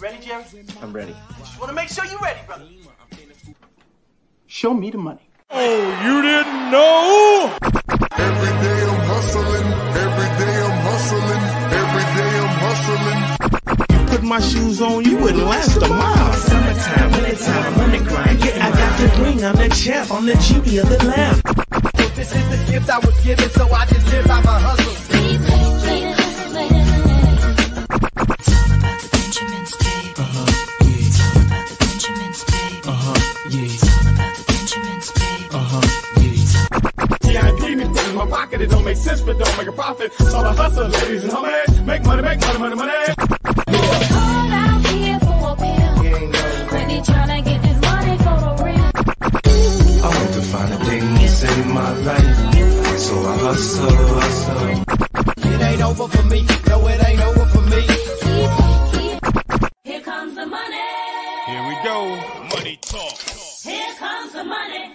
ready, Jerry? I'm ready. Just want to make sure you're ready, brother. Show me the money. Oh, you didn't know? Every day I'm hustling, every day I'm hustling, every day I'm hustling. put my shoes on, you wouldn't last a mile. Summertime, wintertime, I'm on the grind. Yeah, I got the ring, I'm the champ, I'm the Judy of the lamb. This is the gift I was given, so I just live by my hustle. CIP me put in my pocket, it don't make sense, but don't make a profit. So I hustle, ladies and homies. Make money, make money, money, money. I want to find a thing to save my life, so I hustle, hustle. It ain't over for me, no, it ain't over for me. Here comes the money. Here we go. Money talk. Here comes the money.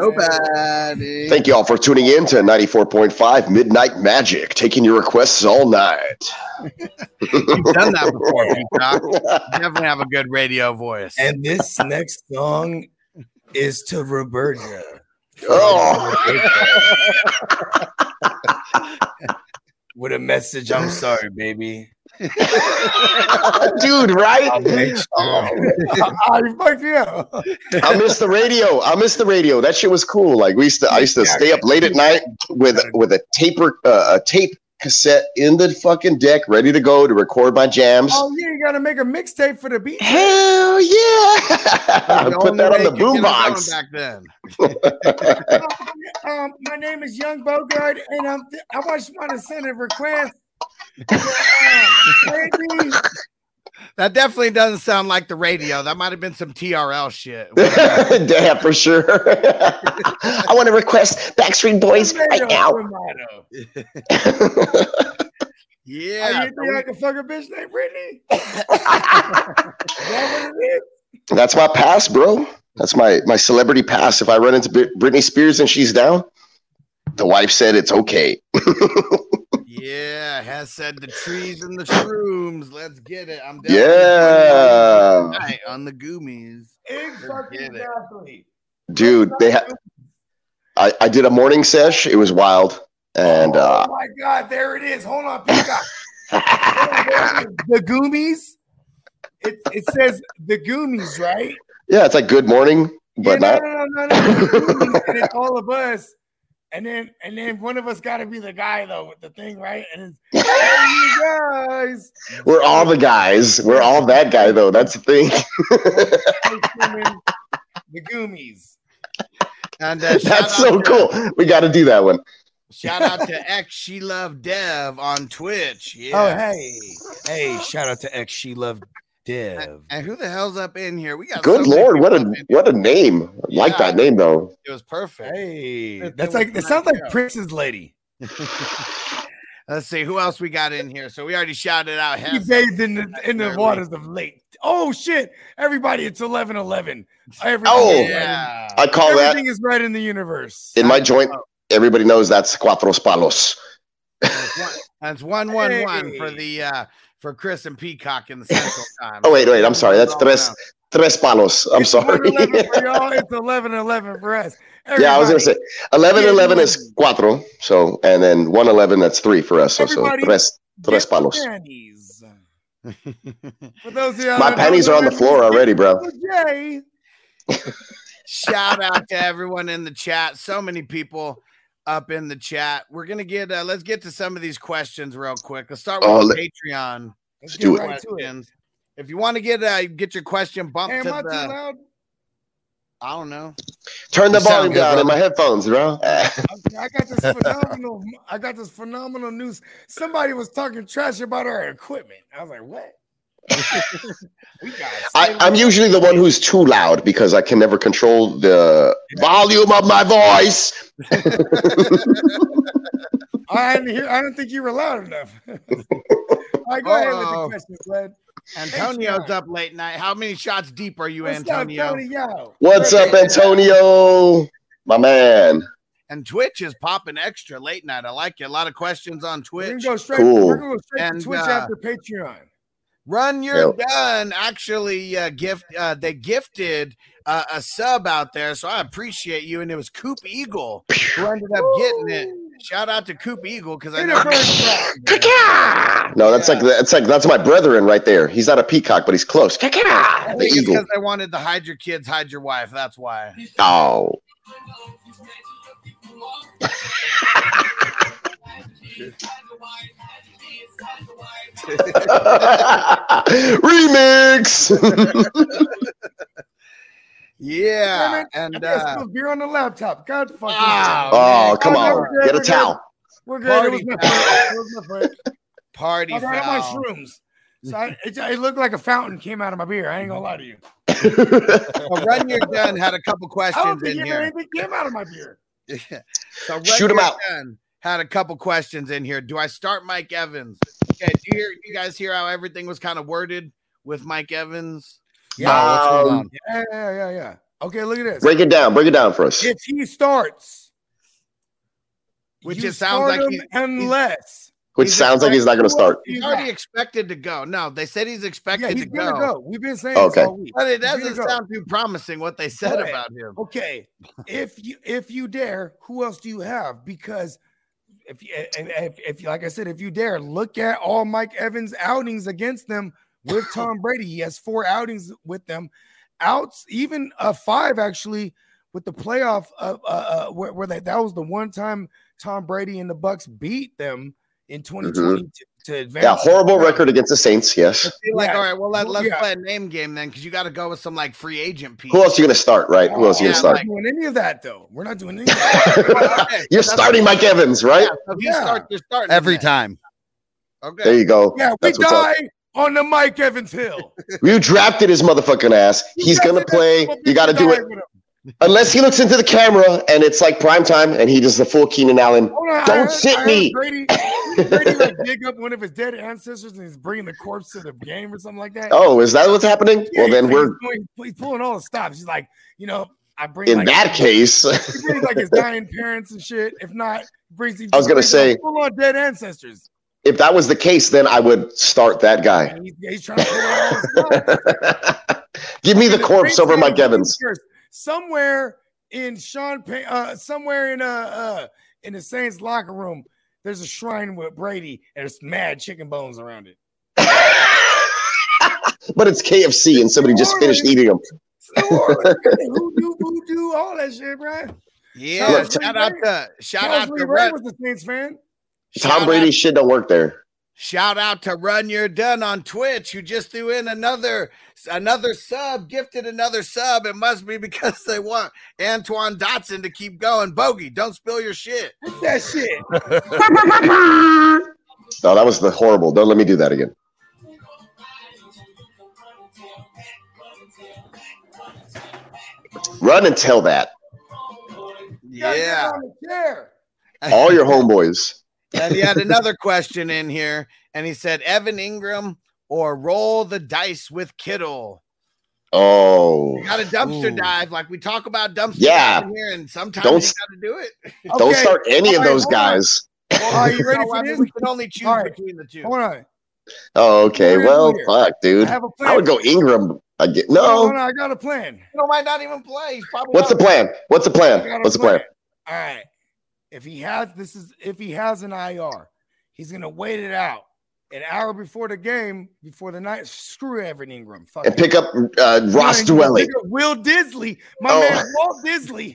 Nobody. Thank you all for tuning in to 94.5 Midnight Magic, taking your requests all night. You've done that before, Peacock. You definitely have a good radio voice. And this next song is to Roberta. oh, With a message, I'm sorry, baby. dude, I'll right? make sure. Oh, fuck yeah. I miss the radio. I miss the radio. That shit was cool. Like we used to, I used to stay up late at night with with a taper, uh, a tape cassette in the fucking deck, ready to go to record my jams. Oh, yeah, you got to make a mixtape for the beat. Hell yeah! The Put that only on the way you could get it boombox. on Back then. Um, my name is Young Bogard, and I'm I just want to send a request. um, That definitely doesn't sound like the radio. That might have been some TRL shit. yeah, for sure. I want to request Backstreet Boys Oh, right now. Tomato. Yeah. Oh, you think I can fuck a bitch named Brittany? That what it is? That's my pass, bro. That's my my celebrity pass. If I run into Brit- Britney Spears and she's down, the wife said it's okay. Yeah. Has said the trees and the shrooms. Let's get it. I'm definitely Yeah. tonight on the goomies. Forget it. Exactly. Dude, they ha- I I did a morning sesh. It was wild, and uh, oh my god, there it is. Hold on, Peacock. the Goomies. It, it says the Goomies, right? yeah, it's like good morning, but yeah, not. no, no, no, no, no. The Goonies, and it's all of us. And then and then one of us gotta be the guy though with the thing, right? And it's "Hey, you guys. We're all the guys. We're all that guy though. That's the thing. Hey, Truman, the Goomies. And uh, shout That's so out to- cool. We got to do that one. Shout out to X She Love Dev on Twitch. Yeah. Oh, hey. Hey, shout out to X She Love Dev. And who the hell's up in here? We got Good so many lord, what people a up in here. what a name! I Like Yeah. that name though. it was perfect. Hey. It That's was like a it sounds like nice Prince's lady. Let's see who else we got in here. So we already shouted out He Hess. bathed in the in the Barely. waters of late. Oh shit. Everybody, it's 11 11. Everything, Oh. is right in- Yeah. Oh, I call that everything is right in the universe. in my joint. Everybody knows that's cuatro palos. That's one- That's one one one for Hey. the uh for Chris and Peacock in the central time. Oh wait, wait. I'm sorry. That's All around. tres tres palos. I'm It's sorry. 11 for y'all, it's 11 11 for us. yeah, I was gonna say eleven. Everybody- Yeah, Eleven you is cuatro. So and then one eleven. That's three for us. So, so Everybody- tres tres get your palos. panties. For those of y'all My that panties don't are on know the floor that- already, bro. Jay, Shout out to everyone in the chat. So many people up in the chat. We're gonna get uh, let's get to some of these questions real quick. Let's start with Oh, the let- Patreon let's do get it. right to it. questions. If you want to get uh, get your question bumped Am to I too the loud? I don't know. Turn the You sound volume good, down in brother. my headphones, bro. Okay, I got this phenomenal. I got this phenomenal news. Somebody was talking trash about our equipment. I was like, "What? I, I'm usually the one who's too loud because I can never control the volume of my voice. I didn't hear, I don't think you were loud enough. All right, go ahead with the Uh-oh. question, Glenn. Antonio's up late night. How many shots deep are you, What's up, Antonio? Antonio? What's up, Antonio? My man. And Twitch is popping extra late night. I like you. A lot of questions on We're gonna Twitch. go straight. Cool. We're gonna go straight And, to Twitch uh, after Patreon. Run, you're Yep. done. Actually, uh, gift uh, they gifted uh, a sub out there, so I appreciate you. And it was Coop Eagle who ended up getting it. Shout out to Coop Eagle because I You're the know first round. No, that's like that's like that's my brethren right there. He's not a peacock, but he's close. Ka-ka! The eagle. because I wanted the hide your kids, hide your wife. That's why. Oh, remix. Yeah, I and think I uh, spilled beer on the laptop. God fucking. Wow. oh, come Oh, no, on, we're good, get a we're good. towel. We're good. It was Party my foot. foul. It was my foot. party I got on my foul. shrooms. So I, it, it looked like a fountain came out of my beer. I ain't gonna lie to you. Well, Run, you're done. Had a couple I don't questions think even in here. anything came out of my beer. So Run, Shoot 'em You're out. Done Had a couple questions in here. Do I start Mike Evans? Okay, do you, hear, do you guys hear how everything was kind of worded with Mike Evans? Yeah, what's going Um, on? Yeah, yeah, yeah, yeah. Okay, look at this. break it down. Break it down for us. If he starts, Which you it sounds start like him he- unless Which sounds like he's not going to start. He's already expected to go. No, they said he's expected yeah, he's to go. gonna go. We've been saying Okay. this all week. But it He's gonna doesn't go. sound too promising what they said Right. about him. okay. If you if you dare, who else do you have? Because if you and if, if like I said, if you dare, look at all Mike Evans' outings against them with Tom Brady. He has four outings with them, outs even uh, five actually with the playoff of uh, uh, where, where they, that was the one time Tom Brady and the Bucks beat them in 2020 to, to advance. Yeah, Mm-hmm. horrible Yeah. record against the Saints. Yes. Be Like, Yeah. all right, well, let, Well, let's yeah. play a name game then, because you got to go with some like free agent piece. Who else you going to start? Right? Who else you going to Yeah, start? We're not doing any of that though. We're not doing any. Of that. Okay, You're so that's- starting Mike Evans, Yeah, right? so if you Yeah. start, you're starting Every then. time. There Okay. you go. Yeah, we That's what's up. die on the Mike Evans Hill. You drafted his motherfucking ass. He's gonna play. You got to do it unless he looks into the camera and it's like prime time and he does the full Keenan Allen. Hold on, I Don't heard- sit I heard me. Brady, Brady like dig up one of his dead ancestors and he's bringing the corpse to the game or something like that. Oh, is that what's happening? Yeah, Well, then he's, we're he's, doing- he's pulling all the stops. He's like, you know, I bring in like, that case. he brings like his dying parents and shit. If not, he brings. he I was gonna brings like say- full on dead ancestors. If that was the case, then I would start that guy. And he's, he's trying to pull all the stops. Give me the And corpse thing over is, Mike the Evans. Patriots, Somewhere in Sean Pay, uh, somewhere in uh, uh in the Saints locker room, there's a shrine with Brady and there's mad chicken bones around it. But it's KFC and somebody just finished eating him. New Orleans, who do who do all that shit, right? Yeah. Look, shout out to shout out Lee to Ray Run. was the Saints fan. Tom Brady's shit don't work there. Shout out to Run You're Done on Twitch, who just threw in another another sub, gifted another sub. It must be because they want Antoine Dotson to keep going. Bogey, don't spill your shit. What's that shit? No, that was the horrible. Don't let me do that again. Run and tell that. Gotta get Yeah. on the chair. All your homeboys. and he had another question in here, and he said Evan Ingram or roll the dice with Kittle. Oh, You got a dumpster Ooh. dive, like we talk about dumpster Yeah. dive in here, and sometimes Don't- you got to do it. don't Okay, start any of All right, those hold on. guys. Well, are you ready know, for I mean, this? We can only choose All right. between the two. Hold on, Oh, okay. We're Well, here. fuck, I dude. have a plan. I would go Ingram. I get Hold on, no. I got a plan. Kittle might not even play. He's probably What's the not- plan? What's the I plan? got a What's the plan? All right. If he has this is if he has an IR, he's gonna wait it out an hour before the game, before the night. Screw Evan Ingram. Fuck And it. pick up uh, Ross You know, you Dwelly. pick up Will Disley, my Oh. man Walt Disley.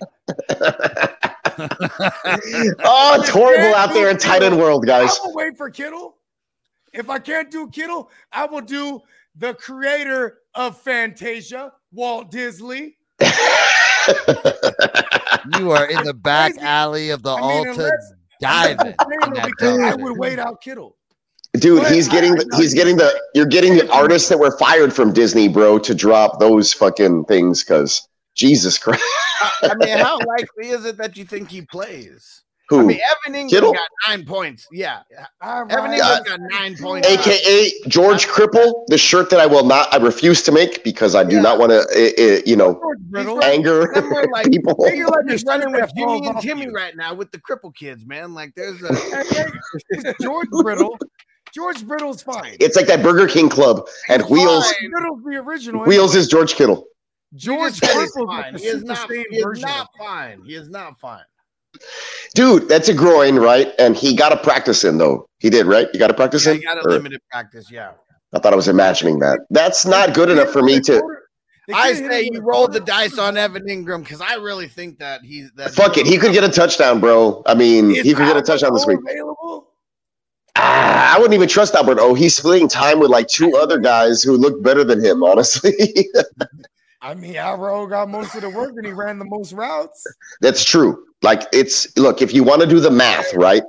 oh, it's horrible out there in tight end world, I guys. will wait for Kittle. If I can't do Kittle, I will do the creator of Fantasia, Walt Disley. You are in the back alley of the I mean, Alta unless- diving. I'm just saying in though, that because I dumpster. would wait out Kittle. Dude, he's getting the, he's getting the you're getting the artists that were fired from Disney, bro, to drop those fucking things because Jesus Christ. I mean, how likely is it that you think he plays? Who? I mean, Evan Ingram Kittle? got nine points. Yeah, All Evan right. Ingram got nine points. AKA George Cripple, the shirt that I will not, I refuse to make because I do not want to, you know, anger Somewhere like people. Figure like he's running that with Jimmy falls and off Timmy you. right now with the cripple kids, man. Like there's a It's George Brittle. George Brittle's fine. It's like that Burger King club, and Wheels George Brittle's the original. Wheels is George Kittle. George He is Cripple's fine. the He is Super not. Saiyan He is version. not fine. He is not fine. Dude, that's a groin, right? And he got a practice in though. He did, right? You got a practice Yeah, in. he got a Or- limited practice. Yeah. I thought I was imagining that. That's not good enough for me to. They I could've hit him say you with a rolled the quarter. dice on Evan Ingram because I really think that he's that. Fuck it. He could get a touchdown, bro. I mean, Is he could get a Albert touchdown this O week. Available? Ah, I wouldn't even trust Albert. Oh, he's splitting time with like two other guys who look better than him, honestly. I mean, Alvaro got most of the work and he ran the most routes. That's true. Like it's look, if you want to do the math, right?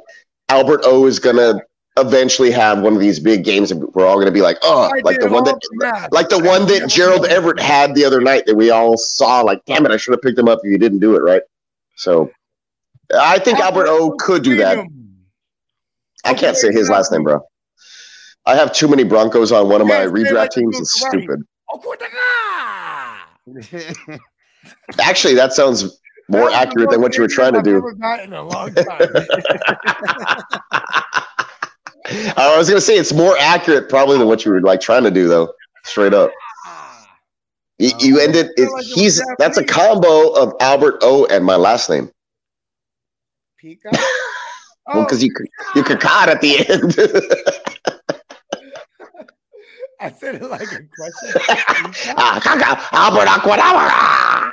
Albert O is gonna eventually have one of these big games, and we're all gonna be like, oh, I like the did one that, all the math. like the one that Gerald Everett had the other night that we all saw. Like, damn it, I should have picked him up if you didn't do it, right? So, I think Albert O could do that. Freedom. I can't say his last name, bro. I have too many Broncos on one of my redraft teams. It's stupid. Oh, Actually, that sounds more That was the accurate than what most you were trying freedom to I've do. ever gotten in a long time. I was gonna say it's more accurate probably than what you were like trying to do though. Straight up. Ah, You, you ended it, he's that's a combo of Albert O and my last name. Well, Oh, because you you cacod at the end. I said it like a question. Ah, caca, Albert Aquadabra.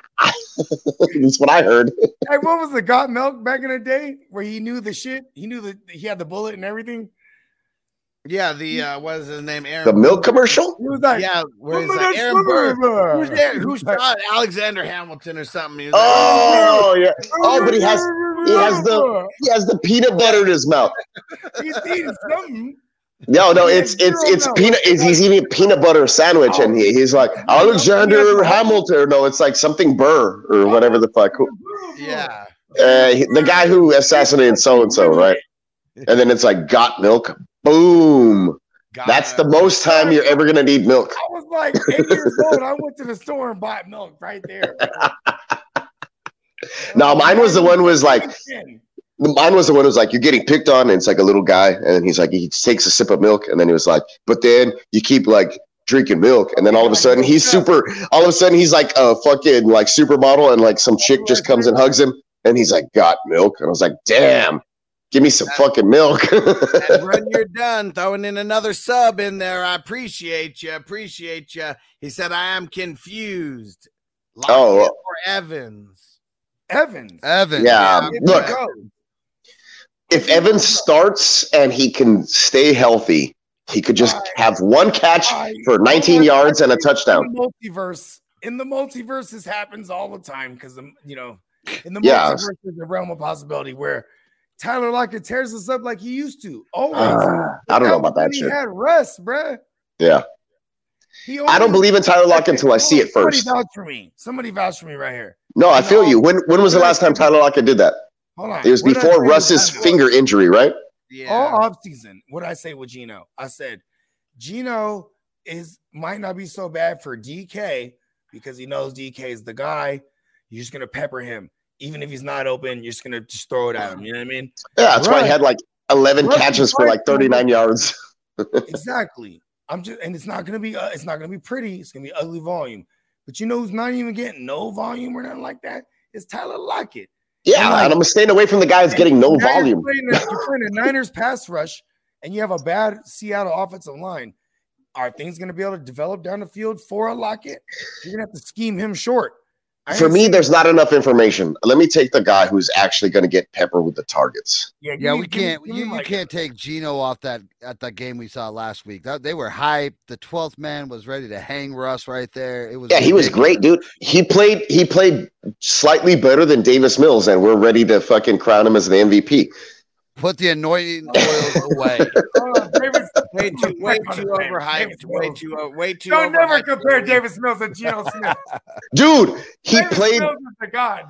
That's what I heard. Hey, what was the got milk back in the day where he knew the shit? He knew that he had the bullet and everything. Yeah. The uh, what is his name? Aaron. The milk commercial? He was like, Yeah. Where "Look he's at like that Aaron Burr. sliver." Who's there? Who shot Alexander Hamilton or something? He was like, Oh yeah. Oh, but he has he has Sliver. the he has the peanut butter in his mouth. He's eating something. No, no, it's it's it's peanut. It's, he's eating a peanut butter sandwich, and he, he's like Alexander Hamilton. No, it's like something Burr or whatever the fuck. Who- yeah. Uh, he- the guy who assassinated so and so, right? And then it's like got milk. Boom. God, That's the most time you're ever gonna need milk. I was like eight years old. I went to the store and bought milk right there. No, mine was the one was like mine was the one who was like you're getting picked on, and it's like a little guy, and then he's like he takes a sip of milk, and then he was like, but then you keep like drinking milk, and then all of a sudden he's super. All of a sudden he's like a fucking like supermodel, and like some chick just comes and hugs him, and he's like got milk, and I was like, damn, give me some fucking milk. And when you're done throwing in another sub in there, I appreciate you. Appreciate you. He said, I am confused. Lockett Oh. or Evans? Evans. Evans. Yeah, Uh, Oh, look. go. if Evans starts and he can stay healthy, he could just have one catch for 19 yards and a touchdown. In the multiverse. In the multiverse, this happens all the time because you know, in the Yeah. multiverse is a realm of possibility where Tyler Lockett tears us up like he used to. Always. Uh, I don't know about that He shit. had rust, bruh. Yeah, He I don't believe in Tyler Lockett until I see it first. Somebody vouch for me. Somebody vouch for me right here. No, I feel you. When when was the last time Tyler Lockett did that? Hold on. It was What'd I before say Russ's was- finger injury, right? Yeah. all offseason, what I say with Gino, I said Gino is might not be so bad for DK because he knows DK is the guy. You're just gonna pepper him, even if he's not open. You're just gonna just throw it at him. You know what I mean? Yeah, that's why he Right. had like 11 Russ catches is for right. like 39 yards. exactly. I'm just, and it's not gonna be, uh, it's not gonna be pretty. It's gonna be ugly volume. But you know who's not even getting no volume or nothing like that? It's Tyler Lockett. And, Yeah, like- and I'm staying away from the guy that's getting no Now you're volume. playing a- you're playing a Niners pass rush, and you have a bad Seattle offensive line. Are things going to be able to develop down the field for a Lockett? You're going to have to scheme him short. I For ain't me, seen- there's not enough information. Let me take the guy who's actually going to get peppered with the targets. yeah, Yeah, give me- we give me- can't. give You, me you like- can't take Gino off that at that game we saw last week. That, they were hyped. The twelfth man was ready to hang Russ right there. It was. Yeah, he was great, dude. He played he played slightly better than Davis Mills, and we're ready to fucking crown him as the MVP. Put the anointing oil away. Uh, Davis, way too, way too overhyped. Way too, o- way too. Don't never overhyped. compare David Mills and Geno Smith. Dude, he played. Mills is the god.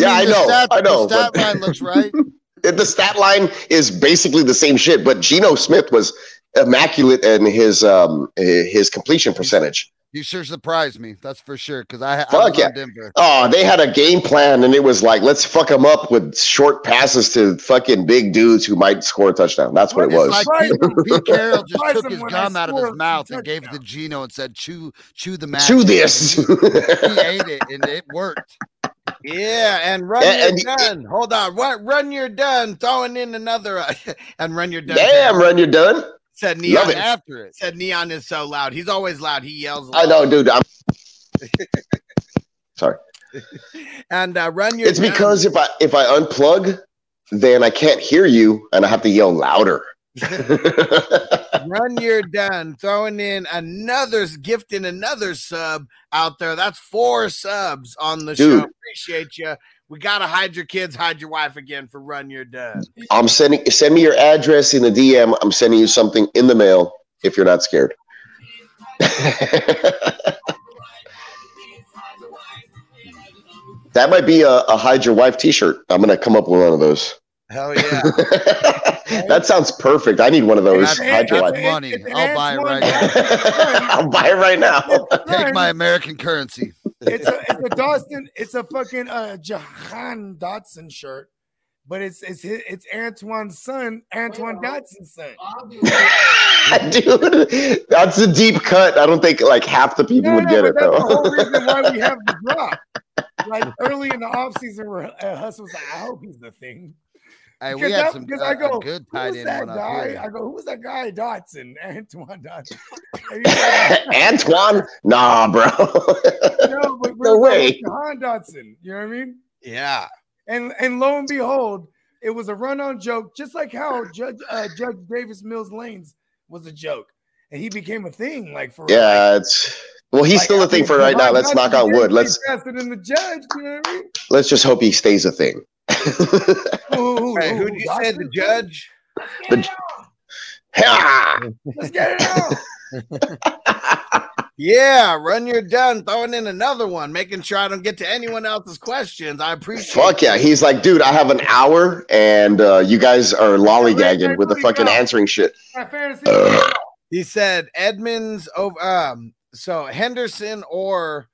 yeah, I the know. stat- I the know. stat but- line looks right. the stat line is basically the same shit, but Geno Smith was immaculate in his um hi- his completion percentage. You sure surprised me. That's for sure. Because I, I Fuck was on yeah. Denver. Oh, they had a game plan, and it was like, let's fuck him up with short passes to fucking big dudes who might score a touchdown. That's what it It's was. like Pete Carroll just Surprised took him his when I gum out of his scored mouth and gave it to Gino and said, "Chew, chew the match." Do this. He ate it and it worked. Yeah, and run Yeah, your and- done. Hold on, what? Run your done. Throwing in another uh, and run your done. Damn, run, you're done. Said Love it. neon. Is, After it, said neon is so loud. He's always loud. He yells. I Loud. know, dude. I'm sorry. And uh, run your. It's done. because if I if I unplug, then I can't hear you, and I have to yell louder. run your done. Throwing in another's gifting another sub out there. That's four subs on the Dude. show. Appreciate you. We gotta hide your kids, hide your wife again for run your done. I'm sending send me your address in the DM. I'm sending you something in the mail if you're not scared. that might be a, a hide your wife T-shirt. I'm gonna come up with one of those. Hell yeah. that sounds perfect. I need one of those. that's, Hide your that's wife. money. It's an I'll buy it Antoine right now. I'll buy it right now. Take my American currency. It's a it's a Dawson. It's a fucking uh, Jahan Dotson shirt, but it's it's his, it's Antoine's son, Antoine Dotson's son. Dude, that's a deep cut. I don't think like half the people would get but it that's the whole reason though. why we have the drop. Like early in the offseason, where uh, Hus was like, "I hope he's the thing." Hey, we Because had that- some because uh, I a go, good Who tight was end that one up guy? here. I go, "Who was that guy? Dotson, Antoine Dotson." And he's like, Antoine, nah, bro. no, but No we're way. way. Jahan Dotson. You know what I mean? Yeah. And and lo and behold, it was a run-on joke, just like how Judge uh, Judge Davis Mills Lanes was a joke, and he became a thing. Like for yeah, it's well, he's like, still I a thing mean, for right now. Jahan Let's knock Dotson on did wood. way Let's faster than the judge. You know what I mean? let's just hope he stays a thing. Who, who, Hey, who- who you Dotson? say the judge? Ha! Let's get it out. Yeah, run your done, throwing in another one, making sure I don't get to anyone else's questions. I appreciate Fuck yeah. He's like, dude, I have an hour and uh, you guys are lollygagging with the fucking answering shit. Uh, My fantasy. He said Edmonds over um so Henderson or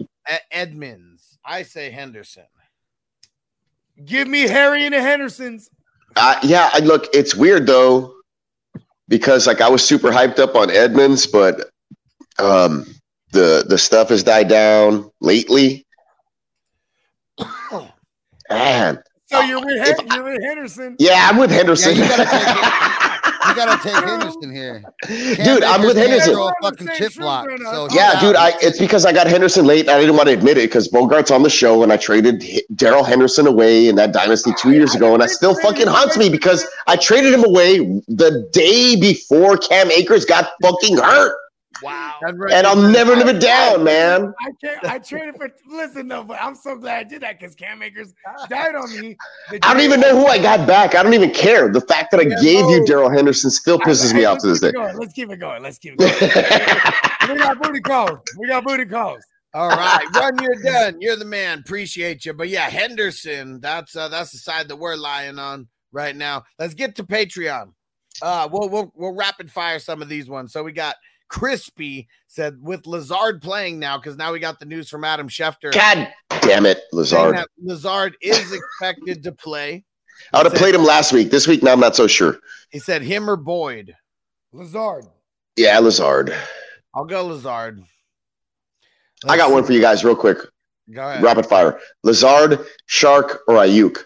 E- Edmonds. I say Henderson. Give me Harry and the Hendersons. Uh, yeah, I, look, it's weird though, because like I was super hyped up on Edmonds, but um, the the stuff has died down lately. Man, So you're with If Hen- you're with Henderson. yeah, I'm with Henderson. Yeah, you You gotta take Henderson here. dude, I'm with Baker's Henderson. throw a We're on the fucking same chip truth block, right now. so he's Yeah, out. dude, I it's because I got Henderson late and I didn't want to admit it because Bogart's on the show and I traded H- Daryl Henderson away in that dynasty two years ago and I still fucking haunts me because I traded him away the day before Cam Akers got fucking hurt Wow. and I'll never live it down, man. I can't. I traded for. Listen though, but I'm so glad I did that because Cam Akers died on me. The I don't day- even know who I got back. I don't even care. The fact that I gave you Daryl Henderson still pisses me Hey, off to this let's day. keep it going, Let's keep it going. Let's keep it going. we got booty calls. We got booty calls. All right, run you're done. You're the man. Appreciate you. But yeah, Henderson, that's uh, that's the side that we're lying on right now. Let's get to Patreon. Uh we'll we'll we'll rapid fire some of these ones. So we got Crispy said with Lazard playing now, because now we got the news from Adam Schefter God damn it, saying Lazard. that Lazard is expected to play. I would have played him last week. This week now I'm not so sure. He said him or Boyd. Lazard. Yeah, Lazard. I'll go Lazard. I got one for you guys real quick. Go ahead. Rapid fire. Lazard, Shark, or Ayuk.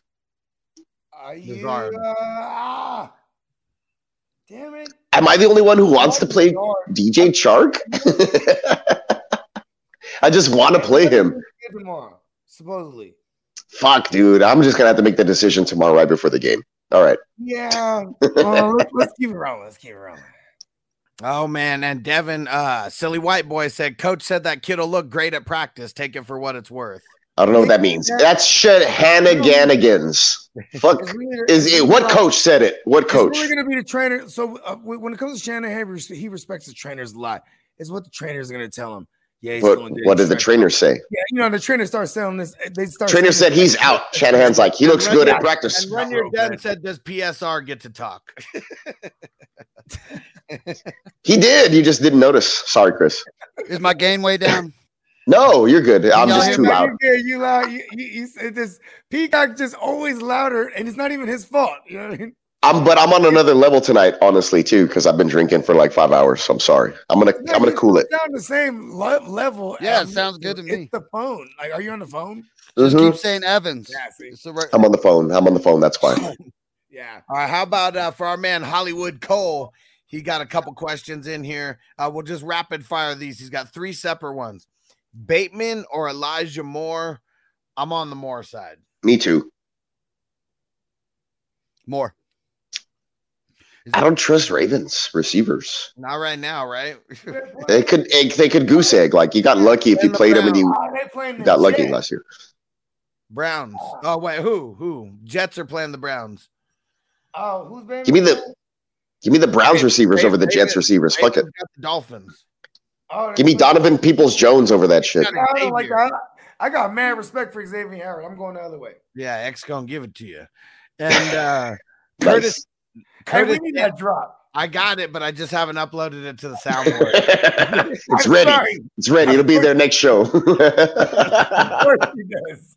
Are you, Lazard. uh, ah, damn it. Am I the only one who wants to play Lazard. DJ Shark? I just want to play him. Tomorrow, supposedly. Fuck, dude. I'm just gonna have to make the decision tomorrow right before the game. All right. Yeah. Well, let's, let's keep it rolling. Let's keep it rolling. Oh man, and Devin, uh, silly white boy said, Coach said that kid'll look great at practice. Take it for what it's worth. I don't know what that means. That's shenanigans. Fuck. Is it what coach said it? What coach? We're gonna be the trainer. So uh, w- when it comes to Shanahan, he res- he respects the trainers a lot. Is what the trainers are gonna tell him. Yeah, he's What, feeling good. what did the trainer say? Yeah, you know the trainer starts selling this. uh, They start. Trainer saying- said he's out. Shanahan's like he looks good at And practice. Runyon Dunn said, "Does PSR get to talk?" He did. You just didn't notice. Sorry, Chris. Is my gain way down? No, you're good. I'm Y'all just hear too me? loud. Yeah, you loud. You, you, you said this. Peacock just always louder, and it's not even his fault. You know what I mean? I'm, but I'm on another level tonight, honestly, too, because I've been drinking for like five hours. So I'm sorry. I'm gonna, I'm gonna cool it. Down the same le- level. Yeah, it sounds good to me. It's the phone. Like, are you on the phone? Just Mhm. keep saying Evans. Yeah, It's the right. I'm on the phone. I'm on the phone. That's fine. Yeah. All right. How about uh, for our man Hollywood Cole? He got a couple questions in here. Uh, we'll just rapid fire these. He's got three separate ones: Bateman or Elijah Moore. I'm on the Moore side. Me too. More. I don't trust Ravens receivers. Not right now, right? They could, egg, they could goose egg. Like you got lucky if you played them and you Oh, they playing you got the lucky Jets. last year. Browns. Oh wait, who? Who? Jets are playing the Browns. Oh, who's been? Give me the, give me the Browns receivers Ra- over the Jets Ravens- receivers. Fuck it. Ravens got the Dolphins. Oh, they Give me playing- Donovan Peoples Jones over that shit. I Oh, don't like that. I got mad respect for Xavier Howard. I'm going the other way. Yeah, X gonna give it to you. And uh Nice. Curtis, Hey, we Curtis need that drop. I got it, but I just haven't uploaded it to the soundboard. it's I'm ready. sorry. It's ready. It'll be there next show. Of course he does.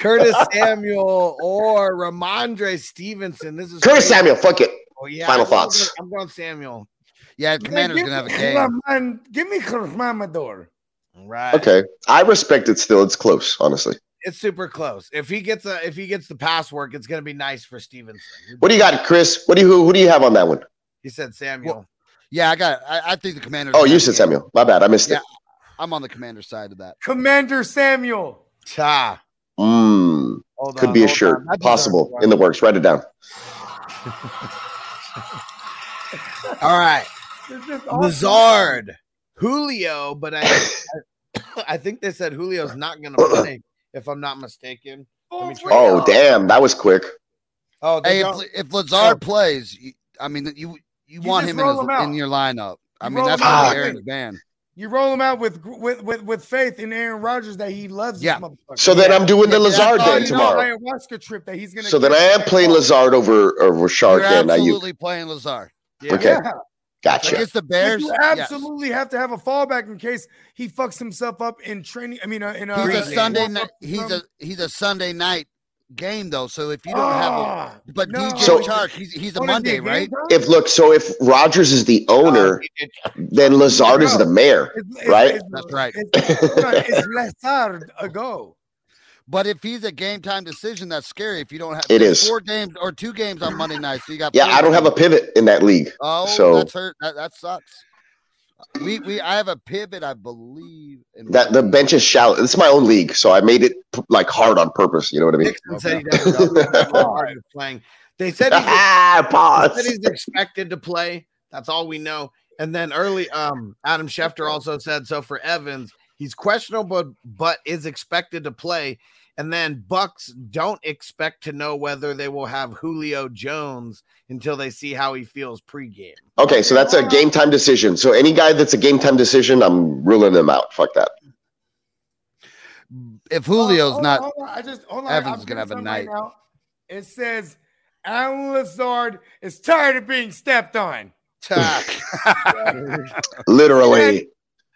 Curtis Samuel or Ramondre Stevenson. This is Curtis crazy. Samuel. Fuck it. Oh, yeah, Final I'm going- thoughts. I'm going Samuel. Yeah, Commander's gonna have a game. game. Give me Kramador. All Right. Okay. I respect it still. It's close, honestly. It's super close. If he gets a if he gets the pass work, it's gonna be nice for Stevenson. What do you got, Chris? What do you who, who do you have on that one? He said Samuel. Yeah, I got. It. I, I think the Commanders. Oh, gonna you have a said game. Samuel. My bad. I missed it. I'm on the Commander's side of that. Commander Samuel. Ta. Mm, Hold could on, be a hold shirt. on. That deserves Possible. one. In the works. Write it down. All right. It's just Lazard, Julio, but I, I, I think they said Julio's not going to play, if I'm not mistaken. Let me awesome. try- Oh, damn. That was quick. Oh, they Hey, if, don't- if Lazard Oh. plays, you, I mean, you you, want just him in, roll him his, in out. your lineup. I You mean, roll that's him out. what Aaron's band. You roll him out with with with, with faith in Aaron Rodgers that he loves. Yeah. This motherfucker. So then I'm doing the Yeah, that's Lazard all then you know, tomorrow. Ayahuasca trip that he's gonna. Oh. So then I am playing Oh. Lazard over over You're Shard then. Now you absolutely playing Lazard. yeah. okay. Yeah. Gotcha. Against the But Bears, you absolutely have to have a fallback in case he fucks himself up in training. I mean, uh, in uh, yes. he's a in Sunday warm-up night. He's from- a he's a Sunday night game though. So if you don't have, Ah, the, but no. DJ So- Chark, he's he's a wanna be Monday, game right? time? If look, so if Rogers is the owner, then Lazard is the mayor. It's- it's- right? it's- That's right. It's, hold on, it's Lazard ago. But if he's a game time decision, that's scary. If you don't have, It there's is. four games or two games on Monday night, so you got. Yeah, four I don't have a games. pivot in that league. Oh, so- that's hurt. That, that sucks. We we I have a pivot, I believe. In my That the league. bench is shallow. It's my own league, so I made it p- like hard on purpose. You know what I mean? Dixon said he doesn't know how hard he's playing. They said he's, ah, they said pause. he's expected to play. That's all we know. And then early, um, Adam Schefter also said so for Evans. He's questionable, but is expected to play. And then Bucks don't expect to know whether they will have Julio Jones until they see how he feels pregame. Okay, so Oh. that's a game time decision. So any guy that's a game time decision, I'm ruling them out. Fuck that. if Julio's Hold on, not, hold on, I just hold on. Evans I'm is gonna have a doing something night. now. it says Alan Lazard is tired of being stepped on, Literally,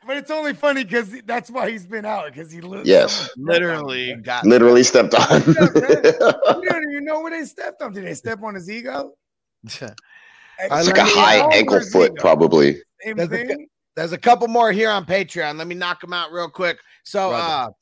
but it's only funny because that's why he's been out because he looks. Yes. Literally got literally stepped on. you don't even know where they stepped on. Did they step on his ego? it's like a high ankle foot, probably. Same That's a- thing. There's a couple more here on Patreon. Let me knock them out real quick. So, uh, Brother.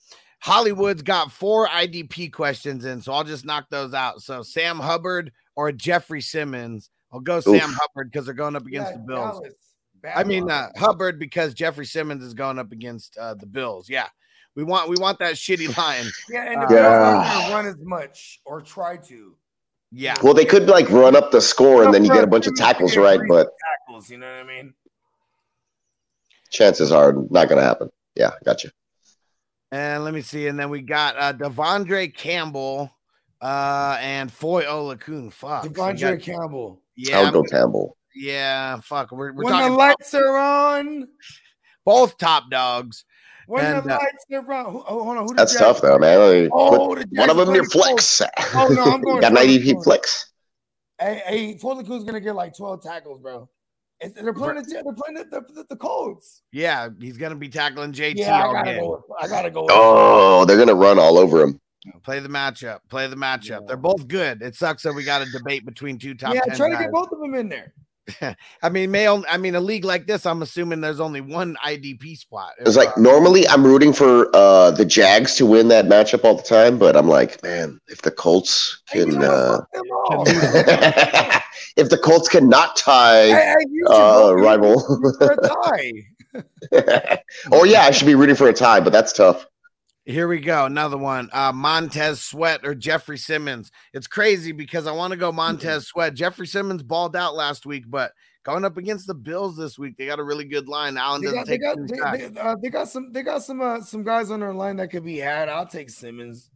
Hollywood's got four IDP questions in, so I'll just knock those out. So, Sam Hubbard or Jeffrey Simmons? I'll go Sam Oof. Hubbard because they're going up against Yeah, the Bills. Dallas, I mean, uh, Babylon. Hubbard because Jeffrey Simmons is going up against uh, the Bills. Yeah, we want we want that shitty line. yeah, and the uh, Bills aren't Yeah. gonna run as much or try to Yeah, Well, they could like run up the score and then you get a bunch of tackles, right? But tackles. You know what I mean? chances are not going to happen. Yeah, gotcha. And let me see. And then we got uh, Devondre Campbell uh, and Foy Olakun. Fuck. Devondre Campbell. Campbell. Yeah. I would go I'm- Campbell. Yeah. Fuck. We're, we're When the talking lights are on. both top dogs. When And, the uh, lights are on. Who, oh, hold on. Who did That's Jack- tough though, man. Like, Oh, put the one of Jackson them near Brownies flex. Oh, no, I'm going got an Brownies IDP first. flex. Hey, hey, Fulton's gonna get like 12 tackles, bro. It's, they're playing the they're playing the, the, the, the Colts. Yeah. He's going to be tackling JT Yeah, I all gotta game. go. With, I gotta go. With Oh, they're gonna run all over him. Play the matchup. Play the matchup. They're both good. It sucks that we got a debate between two top yeah, 10 try to guys. get both of them in there. I mean, may on- I mean, a league like this, I'm assuming there's only one IDP spot. It's like normally I'm rooting for uh, the Jags to win that matchup all the time, but I'm like, man, if the Colts can, uh, Them all. if the Colts cannot tie Hey, hey, you should uh, vote rival, for a tie. oh yeah, I should be rooting for a tie, but that's tough. Here we go. Another one. Uh, Montez Sweat or Jeffrey Simmons. It's crazy because I want to go Montez Sweat. Jeffrey Simmons balled out last week, but going up against the Bills this week, they got a really good line. Allen They doesn't got, they, take got, any shots. they, they, uh, they got some they got some uh, some guys on their line that could be had. I'll take Simmons.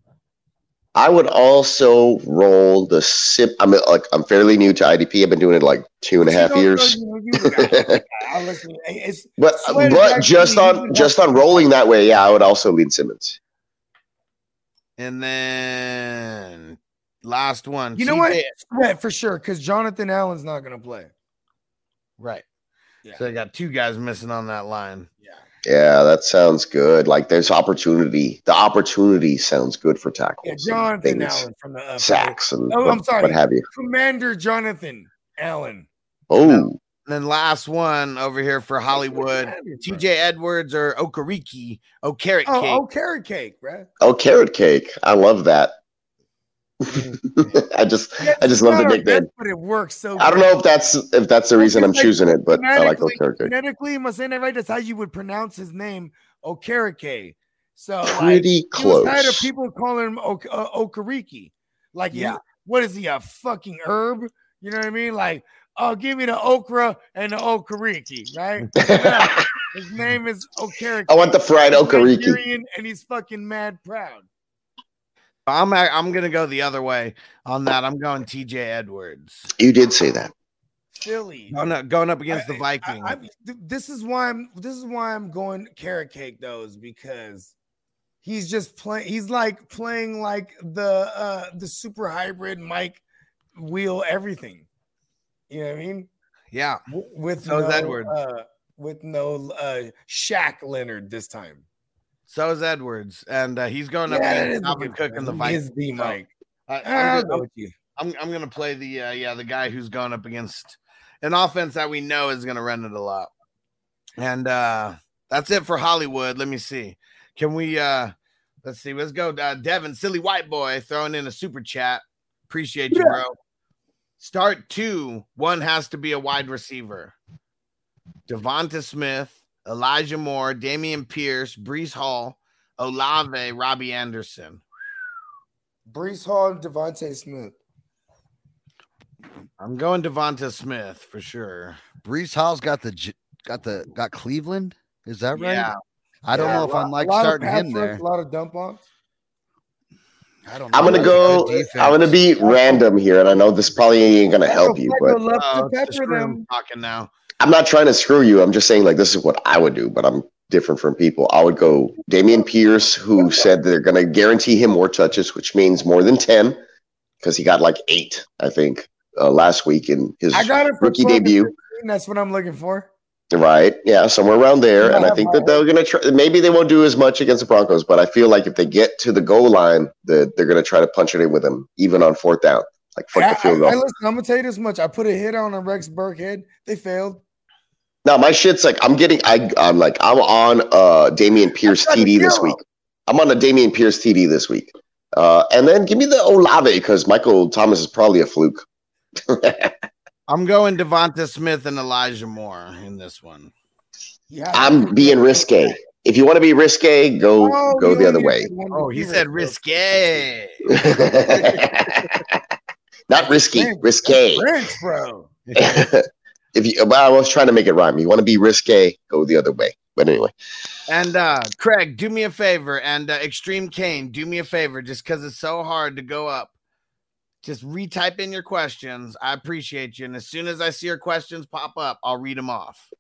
I would also roll the sip. I'm like I'm fairly new to IDP. I've been doing it like two and a You half know, years. you know, you the guy. You the guy. I listen. Hey, It's, But Sweat is but just actually- on just on rolling that way, yeah, I would also lean Simmons. And then last one. you know TJ what? Sweat for sure because Jonathan Allen's not gonna play. Right. Yeah. So I got two guys missing on that line. Yeah, that sounds good. Like there's opportunity. The opportunity sounds good for tackles. Yeah, and Jonathan things, Allen from the uh, sacks and Oh, what, I'm sorry. what have you. Commander Jonathan Allen. Oh, And then last one over here for Hollywood. TJ Edwards or Okariki. Okariki. Oh, oh, carrot cake, bro. oh, carrot cake. I love that. I just I just love the nickname. But it works so. I don't good. know if that's if that's the reason I'm It's like choosing it, but I like oh, phonetically- carrot cake. Phonetically, am I saying that right? That's how you would pronounce his name, Okereke. So like, Pretty he was tired of close. people calling him ok- uh, Okereke. Like, yeah, Yeah. what is he a fucking herb? You know what I mean? Like, oh, give me the okra and the Okereke, right? No, his name is Okereke. I want the fried He's okariki. Nigerian, and he's fucking mad proud. I'm a- I'm gonna go the other way on that. I'm going TJ Edwards. You did say that. Philly. Going up, going up against the I- Vikings. I- th- this is why I'm this is why I'm going carrot cake though is because he's just playing he's like playing like the uh the super hybrid Mike wheel everything. You know what I mean? yeah. W- With So is no, Edwards. Uh, with no uh Shaq Leonard this time. So is Edwards, and uh, he's going up Yeah, that is against Dalvin Cook and the he Vikings. Is the So, Mike. I, I'll am go with you. gonna play the uh, yeah the guy who's going up against an offense that we know is gonna run it a lot. And uh, that's it for Hollywood. Let me see. Can we? uh Let's see. Let's go. Uh, Devin, silly white boy, throwing in a super chat. Appreciate you, bro. Start two. One has to be a wide receiver. Devonta Smith, Elijah Moore, Damian Pierce, Brees Hall, Olave, Robbie Anderson. Brees Hall and Devontae Smith. I'm going Devonta Smith for sure. Brees Hall's got the J- got the got Cleveland. Is that right? Yeah. I don't Yeah, know a if lot- I'm a like lot of starting pass him rush, there. A lot of dump offs. I don't know. I'm gonna That's a go. good defense. I'm gonna be random here, and I know this probably ain't gonna help you, but Love to Oh, it's just pepper them. room talking now. I'm not trying to screw you. I'm just saying like this is what I would do, but I'm different from people. I would go Damian Pierce, who said they're gonna guarantee him more touches, which means more than ten, because he got like eight, I think, uh, last week in his I got it for rookie 12 to debut. 15, That's what I'm looking for. Right. Yeah, somewhere around there. Yeah, And I that think might that they're going to try, maybe they won't do as much against the Broncos, but I feel like if they get to the goal line, that they're going to try to punch it in with them, even on fourth down. Like, fuck I, the field I- I goal. listen, I'm gonna tell you this much. I put a hit on a Rex Burke head. They failed. No, my shit's like, I'm getting, I, I'm like, I'm on uh Damian Pierce got a TD this zero. week. I'm on a Damian Pierce TD this week. Uh, and then give me the Olave because Michael Thomas is probably a fluke. I'm going Devonta Smith and Elijah Moore in this one. Yeah, I'm being risque. If you want to be risque, go Oh, go the other way. Oh, he said risque. Not risky, French. risque. French, bro. if you, well, I was trying to make it rhyme. You want to be risque, go the other way. But anyway, And uh, Craig, do me a favor, and uh, Extreme Kane, do me a favor, just because it's so hard to go up. Just retype in your questions. I appreciate you, and as soon as I see your questions pop up, I'll read them off.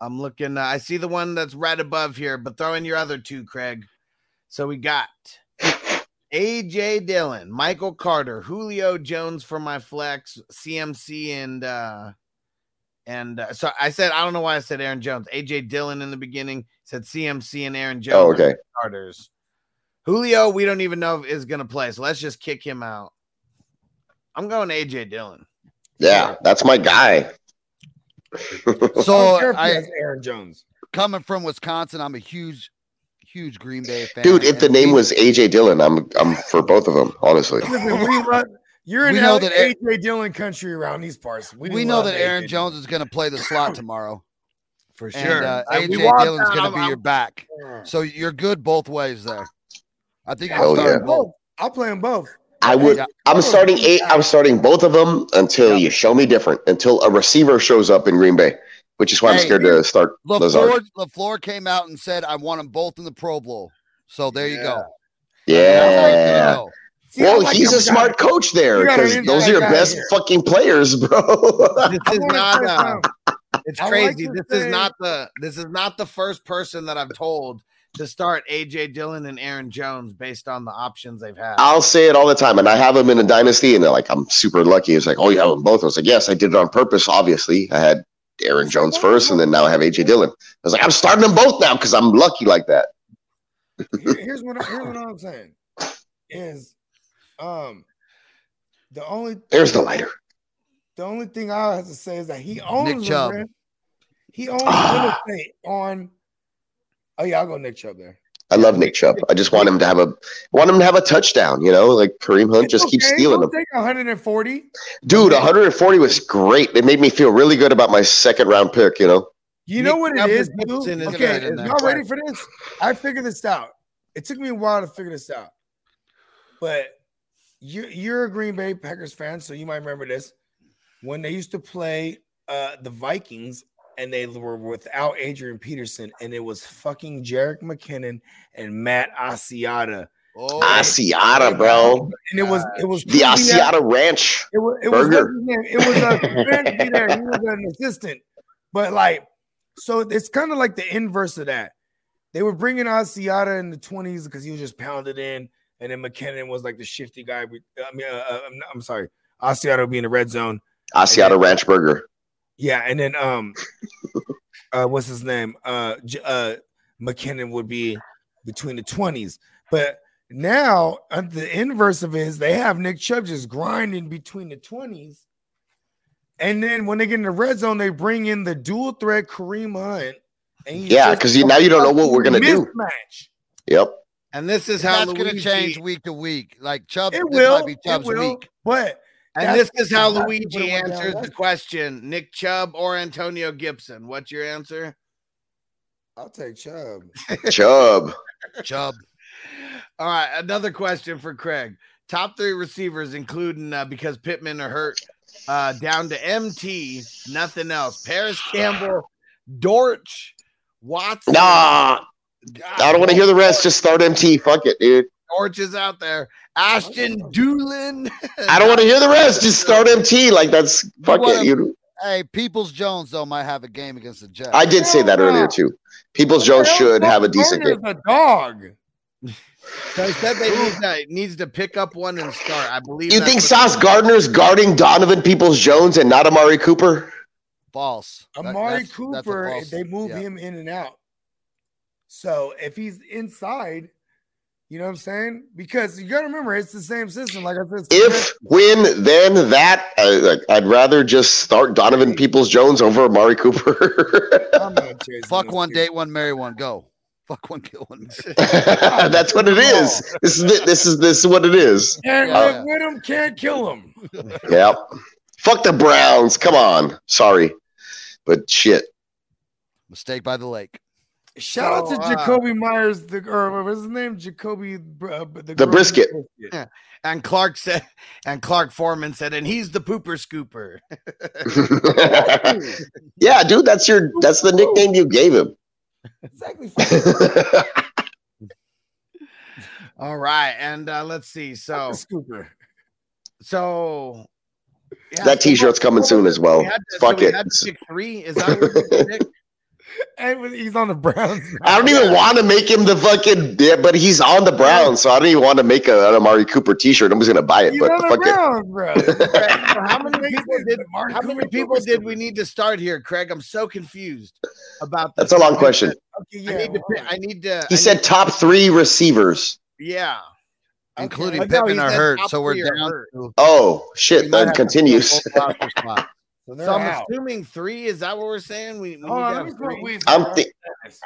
I'm looking. Uh, I see the one that's right above here, but throw in your other two, Craig. So we got AJ Dillon, Michael Carter, Julio Jones for my flex, CMC, and uh, and uh, so I said, I don't know why I said Aaron Jones. AJ Dillon in the beginning said CMC and Aaron Jones. Oh, are okay. Starters. Julio, we don't even know if is going to play. So let's just kick him out. I'm going AJ Dillon. yeah, that's my guy. So care if he I, has Aaron Jones. coming from Wisconsin, I'm a huge, huge Green Bay fan. Dude, if the E. and name we- was AJ Dillon, I'm I'm for both of them, honestly. Listen, we love, you're in We know L- that Aaron- AJ Dillon country around these parts. We, we know love that Aaron AJ. Jones is going to play the slot tomorrow, For and sure. uh, And we AJ want Dillon's that. going I'm- to be I'm- your back. So you're good both ways there. I think Hell you're starting yeah. both. Both. I'll play them both. I would. got- I'm starting eight. I'm starting both of them until you show me different. Until a receiver shows up in Green Bay, which is why I'm Hey, scared to start Lazard. LaFleur, LaFleur came out and said, I want them both in the Pro Bowl. So there you go. uh, There you Yeah. go. See, I Well, like he's a him, guys. smart coach there You got an because those inside are your guy best here. fucking players, bro. This I is want not. to Uh, down. It's I like crazy. to this is say- not the this is not the first person that I've told to start AJ Dillon and Aaron Jones based on the options they've had. I'll say it all the time, and I have them in a dynasty, and they're like, "I'm super lucky." It's like, "Oh, you have them both." I was like, "Yes, I did it on purpose." Obviously, I had Aaron Jones first, and then now I have AJ Dillon. I was like, "I'm starting them both now because I'm lucky like that." Here- here's what I- here's what I'm saying is um the only There's the lighter. the only thing I have to say is that he owns the Chubb. rent. He owns Ah. real estate on. Oh yeah, I'll go Nick Chubb there. I love Nick Chubb. I just want him to have a want him to have a touchdown. You know, like Kareem Hunt just keeps Okay, stealing don't them. Take 140. Dude, 140 was great. It made me feel really good about my second round pick. You know, You know Nick what Chubb it is? is Gibson dude? is Okay, good in is there. y'all ready for this? I figured this out. It took me a while to figure this out, but you, you're a Green Bay Packers fan, so you might remember this. When they used to play uh, the Vikings and they were without Adrian Peterson, and it was fucking Jarek McKinnon and Matt Asiata, Oh, Asiata, bro, and it was it was the Kubiak- Asiata Ranch. it was, it was, what's Burger. his name? It was a friend to be there. He was an assistant, but like, so it's kind of like the inverse of that. They were bringing Asiata in the twenties because he was just pounded in, and then McKinnon was like the shifty guy. We, I mean, uh, uh, I'm, I'm sorry, Asiata would be in the red zone. Asiata Ranch Burger. Yeah, and then um, uh, what's his name? Uh, J- uh, McKinnon would be between the twenties, but now uh, the inverse of it is they have Nick Chubb just grinding between the twenties, and then when they get in the red zone, they bring in the dual threat Kareem Hunt. And he's Yeah, just 'cause you- now you don't know what we're gonna do. Mismatch. Yep. And this is how that's going to Luigi- change week to week. Like Chubb, It this will. might be It Chubb's will. week. But And That's- this is how that's what Luigi it went down answers with. the question: Nick Chubb or Antonio Gibson? What's your answer? I'll take Chubb. Chubb. Chubb. All right, another question for Craig. Top three receivers, including uh, because Pittman are hurt, uh, down to MT, nothing else. Paris Campbell, Dortch, Watson. Nah, I don't want to hear the rest. Just start MT. Fuck it, dude. Dortch is out there. Ashton Oh. Doolin. I don't want to hear the rest. Just start MT. Like that's fuck it. wanna- You. Hey, Peoples Jones though might have a game against the Jets. I did say that earlier too. Peoples Jones should have a decent game. A dog. So he said they need to, needs to pick up one and start. I believe. You that's think what- Sauce Gardner's guarding Donovan Peoples Jones and not Amari Cooper? False. That- Amari that's- that's a Cooper, false- they move yeah. him in and out. So if he's inside, you know what I'm saying? Because you got to remember, it's the same system. Like I said, it's the If, when, then, that. I, like, I'd rather just start Donovan Peoples Jones over Amari Cooper. same- I'm not chasing Fuck this one, dude. date one, marry one. Go. Fuck one, kill one. marry one. That's what it is. This is the- this is this is what it is. Can't Yeah. live with him, can't kill him. Yep. Fuck the Browns. Come on. Sorry, but shit. Mistake by the lake. Oh, Shout So, out to uh, Jacoby Myers, the or what was his name? Jacoby Br- uh, the, The girl- brisket. And Clark said, and Clark Foreman said, and he's the pooper scooper. yeah, dude. That's your. That's the nickname you gave him. Exactly. All right, and uh, let's see. So scooper. So yeah, that T-shirt's coming soon as well. we had to- so Fuck we it. had to pick three. Is that what we picked? And he's on the Browns. Ah, I don't even want to make him the fucking. Yeah, but he's on the Browns, so I don't even want to make a, an Amari Cooper T-shirt. I'm just gonna buy it. He's But on the fuck it. Browns, bro. how many people did how many people did we need to start here, Craig? I'm so confused about this. That's a long question. I need to. pick- I need to. He I said need- top three receivers. "Yeah." including But no, Pittman he are said hurt, top so we're three are down. hurt. to- Oh shit! we might Then have to continues. fill both roster spots. So they're So I'm out. assuming three. Is that what we're saying? We, we Hold need on, to let me have throw three. Weezy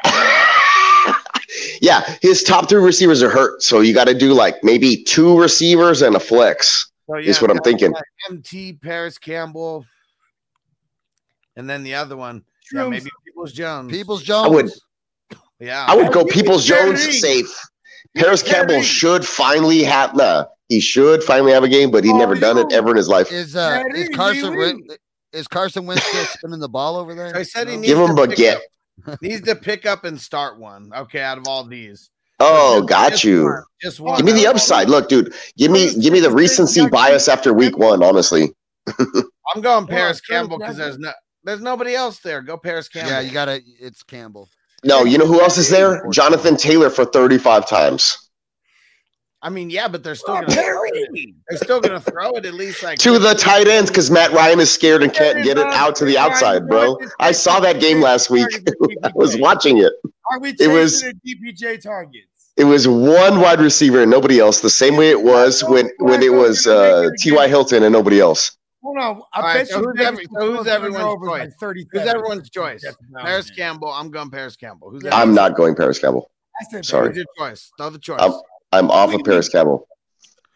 I'm out. thi- yeah, his top three receivers are hurt, so you got to do like maybe two receivers and a flex. So, is what I'm got, thinking. uh, MT Paris Campbell, and then the other one. Yeah, Shrooms. maybe Peoples Jones. Peoples Jones. would- Yeah. I would go He's Peoples Jones carrying. safe. Paris He's carrying. Campbell should finally have. Nah, he should finally have a game, but he Oh, never done it yo. ever in his life. Is uh That is is Carson wee-wee. Wentz is Carson Wentz still spinning the ball over there? So I said he No? needs Give to him a pick get. up- needs to pick up and start one. Okay, out of all these. Oh, Just- got just you. one, Just one. Give me the upside. Look, dude. Give me give me the recency bias after week one. Honestly, I'm going on, Curtis Paris Campbell because Jackson. there's no there's nobody else there. Go Paris Campbell. Yeah, you gotta it's Campbell. no. You know who else is there? Jonathan Taylor for thirty-five times. I mean, yeah, but they're still Oh, gonna throw Perry. it. they're still gonna throw it at least like to the tight ends because Matt Ryan is scared and can't get it out to the outside, bro. I saw that game last week. I was watching it. Are we chasing was- the DPJ targets? It was one wide receiver and nobody else. The same way it was when when it was uh, T.Y. Hilton and nobody else. Hold on. I All right, bet so you who's Vegas every- so will who's throw everyone's turnovers choice? like 37. Who's everyone's choice? That's the problem, Paris Oh, man. Campbell. I'm going Paris Campbell. Who's I'm not going Paris Campbell. I said Sorry. Who's your choice? Throw the choice. I'm, I'm off of Paris Campbell.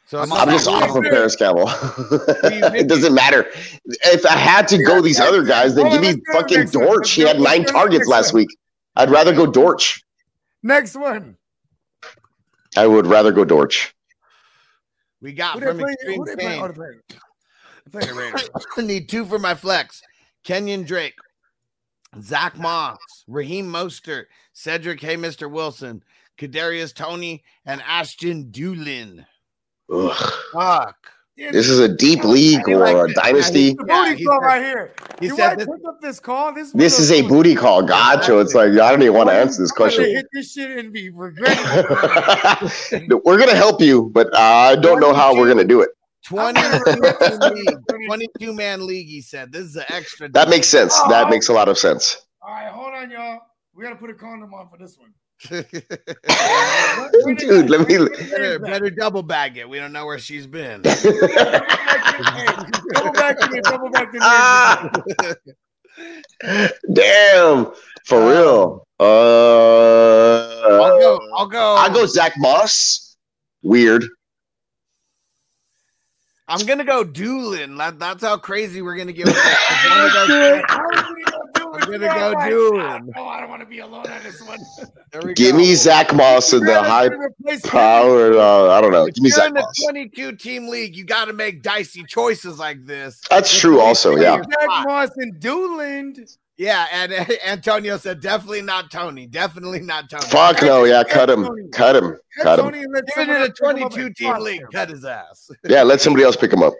so I'm I'm just off of Paris Campbell. it doesn't matter. If I had to go these other guys, then give me fucking Dortch. He had nine targets last week. I'd rather go Dortch. Next one. I would rather go Dortch. we got Who they from play? Extreme Who they play? Oh, they Pain. play- they play the Raiders. I need two for my flex. Kenyon Drake, Zach Moss, Raheem Mostert, Cedric Hey Mr. Wilson, Kadarius Tony, and Ashton Doolin. Ugh. Fuck. Damn, This is a deep league or a dynasty. the Yeah, booty he call said- right here. He you said said this- pick up this call. This, This is a booty call, Gacho. It's like I don't even want to answer this I'm gonna question. hit this shit and be regretting. we're gonna help you, but I don't know how we're gonna do it. 20 I'm gonna- league, 22 man league, he said. This is an extra. That makes sense. That makes a lot of sense. All right, hold on, y'all. We gotta put a condom on for this one. Dude, let me. better, better double bag it. We don't know where she's been. Uh, double back to me, double back to me. ah! Damn, for real. Um, I'll Uh, go. I'll go. I go Zach Moss. Weird. I'm gonna go Doolin. That, that's how crazy we're gonna get. With Dude, that. how are we gonna do I'm it? gonna It's go not like, Doolin. Oh, I don't want to be alone on this one. There we Give go. me Zach Moss in the high Replace power. Uh, I don't know. If Give me you're Zach in the Moss. 22 team league, you got to make dicey choices like this. That's true. Also, yeah. Zach Moss and Dooland. Yeah, and Antonio said definitely not Tony. Definitely not Tony. Fuck no, yeah, cut him, cut him, cut him. Even in a 22 team league, cut his ass. Yeah, let somebody else pick him up.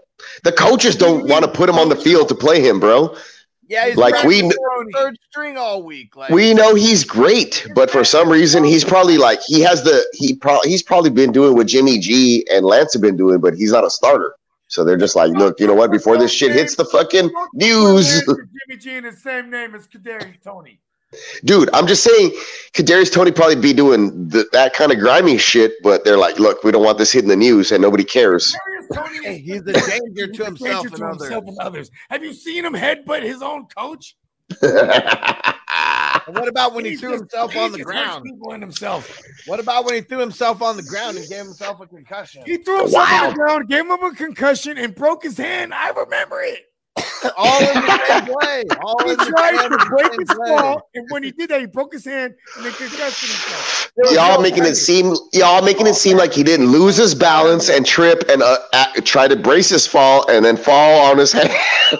The coaches don't want to put him on the field to play him, bro. Yeah, he's Like, we- practicing on third string all week. Like We know he's great, but for some reason, he's probably like he has the he probably he's probably been doing what Jimmy G and Lance have been doing, but he's not a starter. So they're just like, look, you know what? Before this shit hits the fucking news, Jimmy G and his same name as Kadarius Tony. dude. I'm just saying, Kadarius Tony probably be doing th- that kind of grimy shit, but they're like, look, we don't want this hitting the news, and nobody cares. Kadarius Tony is he's a danger to himself danger and to others. himself and others. Have you seen him headbutt his own coach? And what about when he threw just- himself he on the just hurts ground? People and himself. What about when he threw himself on the ground and gave himself a concussion? He threw himself on the ground, gave him a concussion, and broke his hand. I remember it. all in the same play. All He in Oh, the tried same- to break his same play. fall, and when he did that, he broke his hand and then concussed himself. y'all making it seem y'all making it seem like he didn't lose his balance and trip and uh, act, try to brace his fall and then fall on his head.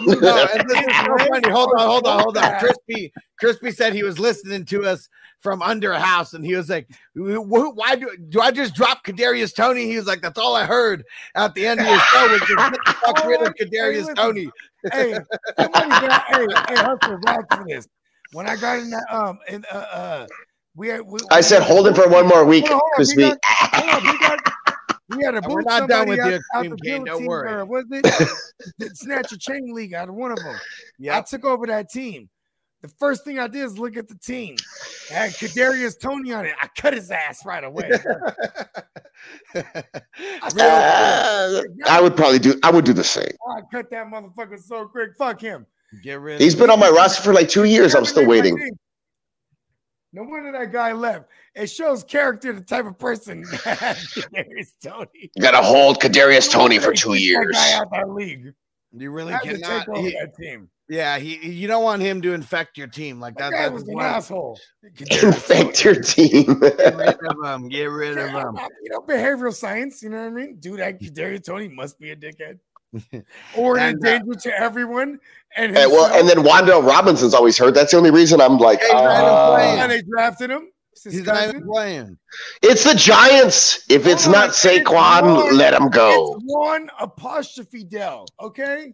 No, and this is so funny. Hold on, hold on, hold on. Crispy, Crispy said he was listening to us from under a house, and he was like, "Wh- "Why do, do I just drop Kadarius Tony?" He was like, "That's all I heard at the end of your show was just get the fuck rid of Kadarius Tony." hey, somebody got, hey, hey, Hustler, vouch for this. When I got in that, um, in, uh, uh, we had, we, I said hold it for one more week, Hold on, hold on, Crispy. we got- hold on, we got- we had a No, boot we're not done somebody with the out- out Extreme Game, don't guillotine, worry. or Was it the snatch a chain league out of one of them? Yep. I took over that team. The first thing I did is look at the team. I had Kadarius Tony on it. I cut his ass right away. I, said, Uh, I would probably do. I would do the same. "Oh, I cut that motherfucker so quick. Fuck him. Get rid. He's been on my roster for like two years. I'm still waiting. No wonder that guy left. It shows character, the type of person that Kadarius Tony. Got to hold Kadarius Tony for two That years. guy out that league. You really That would cannot. take over he- that team. yeah, he. You don't want him to infect your team like that. That guy that was doesn't an work. asshole. Infect your team. Get rid of him. Get rid of him. You know, behavioral science. You know what I mean? Dude, that Kadarius Tony must be a dickhead, or an And, uh, endanger to everyone. And And, well, himself. and then Wandell Robinson's always hurt. That's the only reason I'm like, Hey, man, I'm uh, playing. and they drafted him. It's his He's not cousin. even playing. it's the Giants. If it's Hold on, not Saquon, Juan- let him go. It's Juan apostrophe Dell. Okay,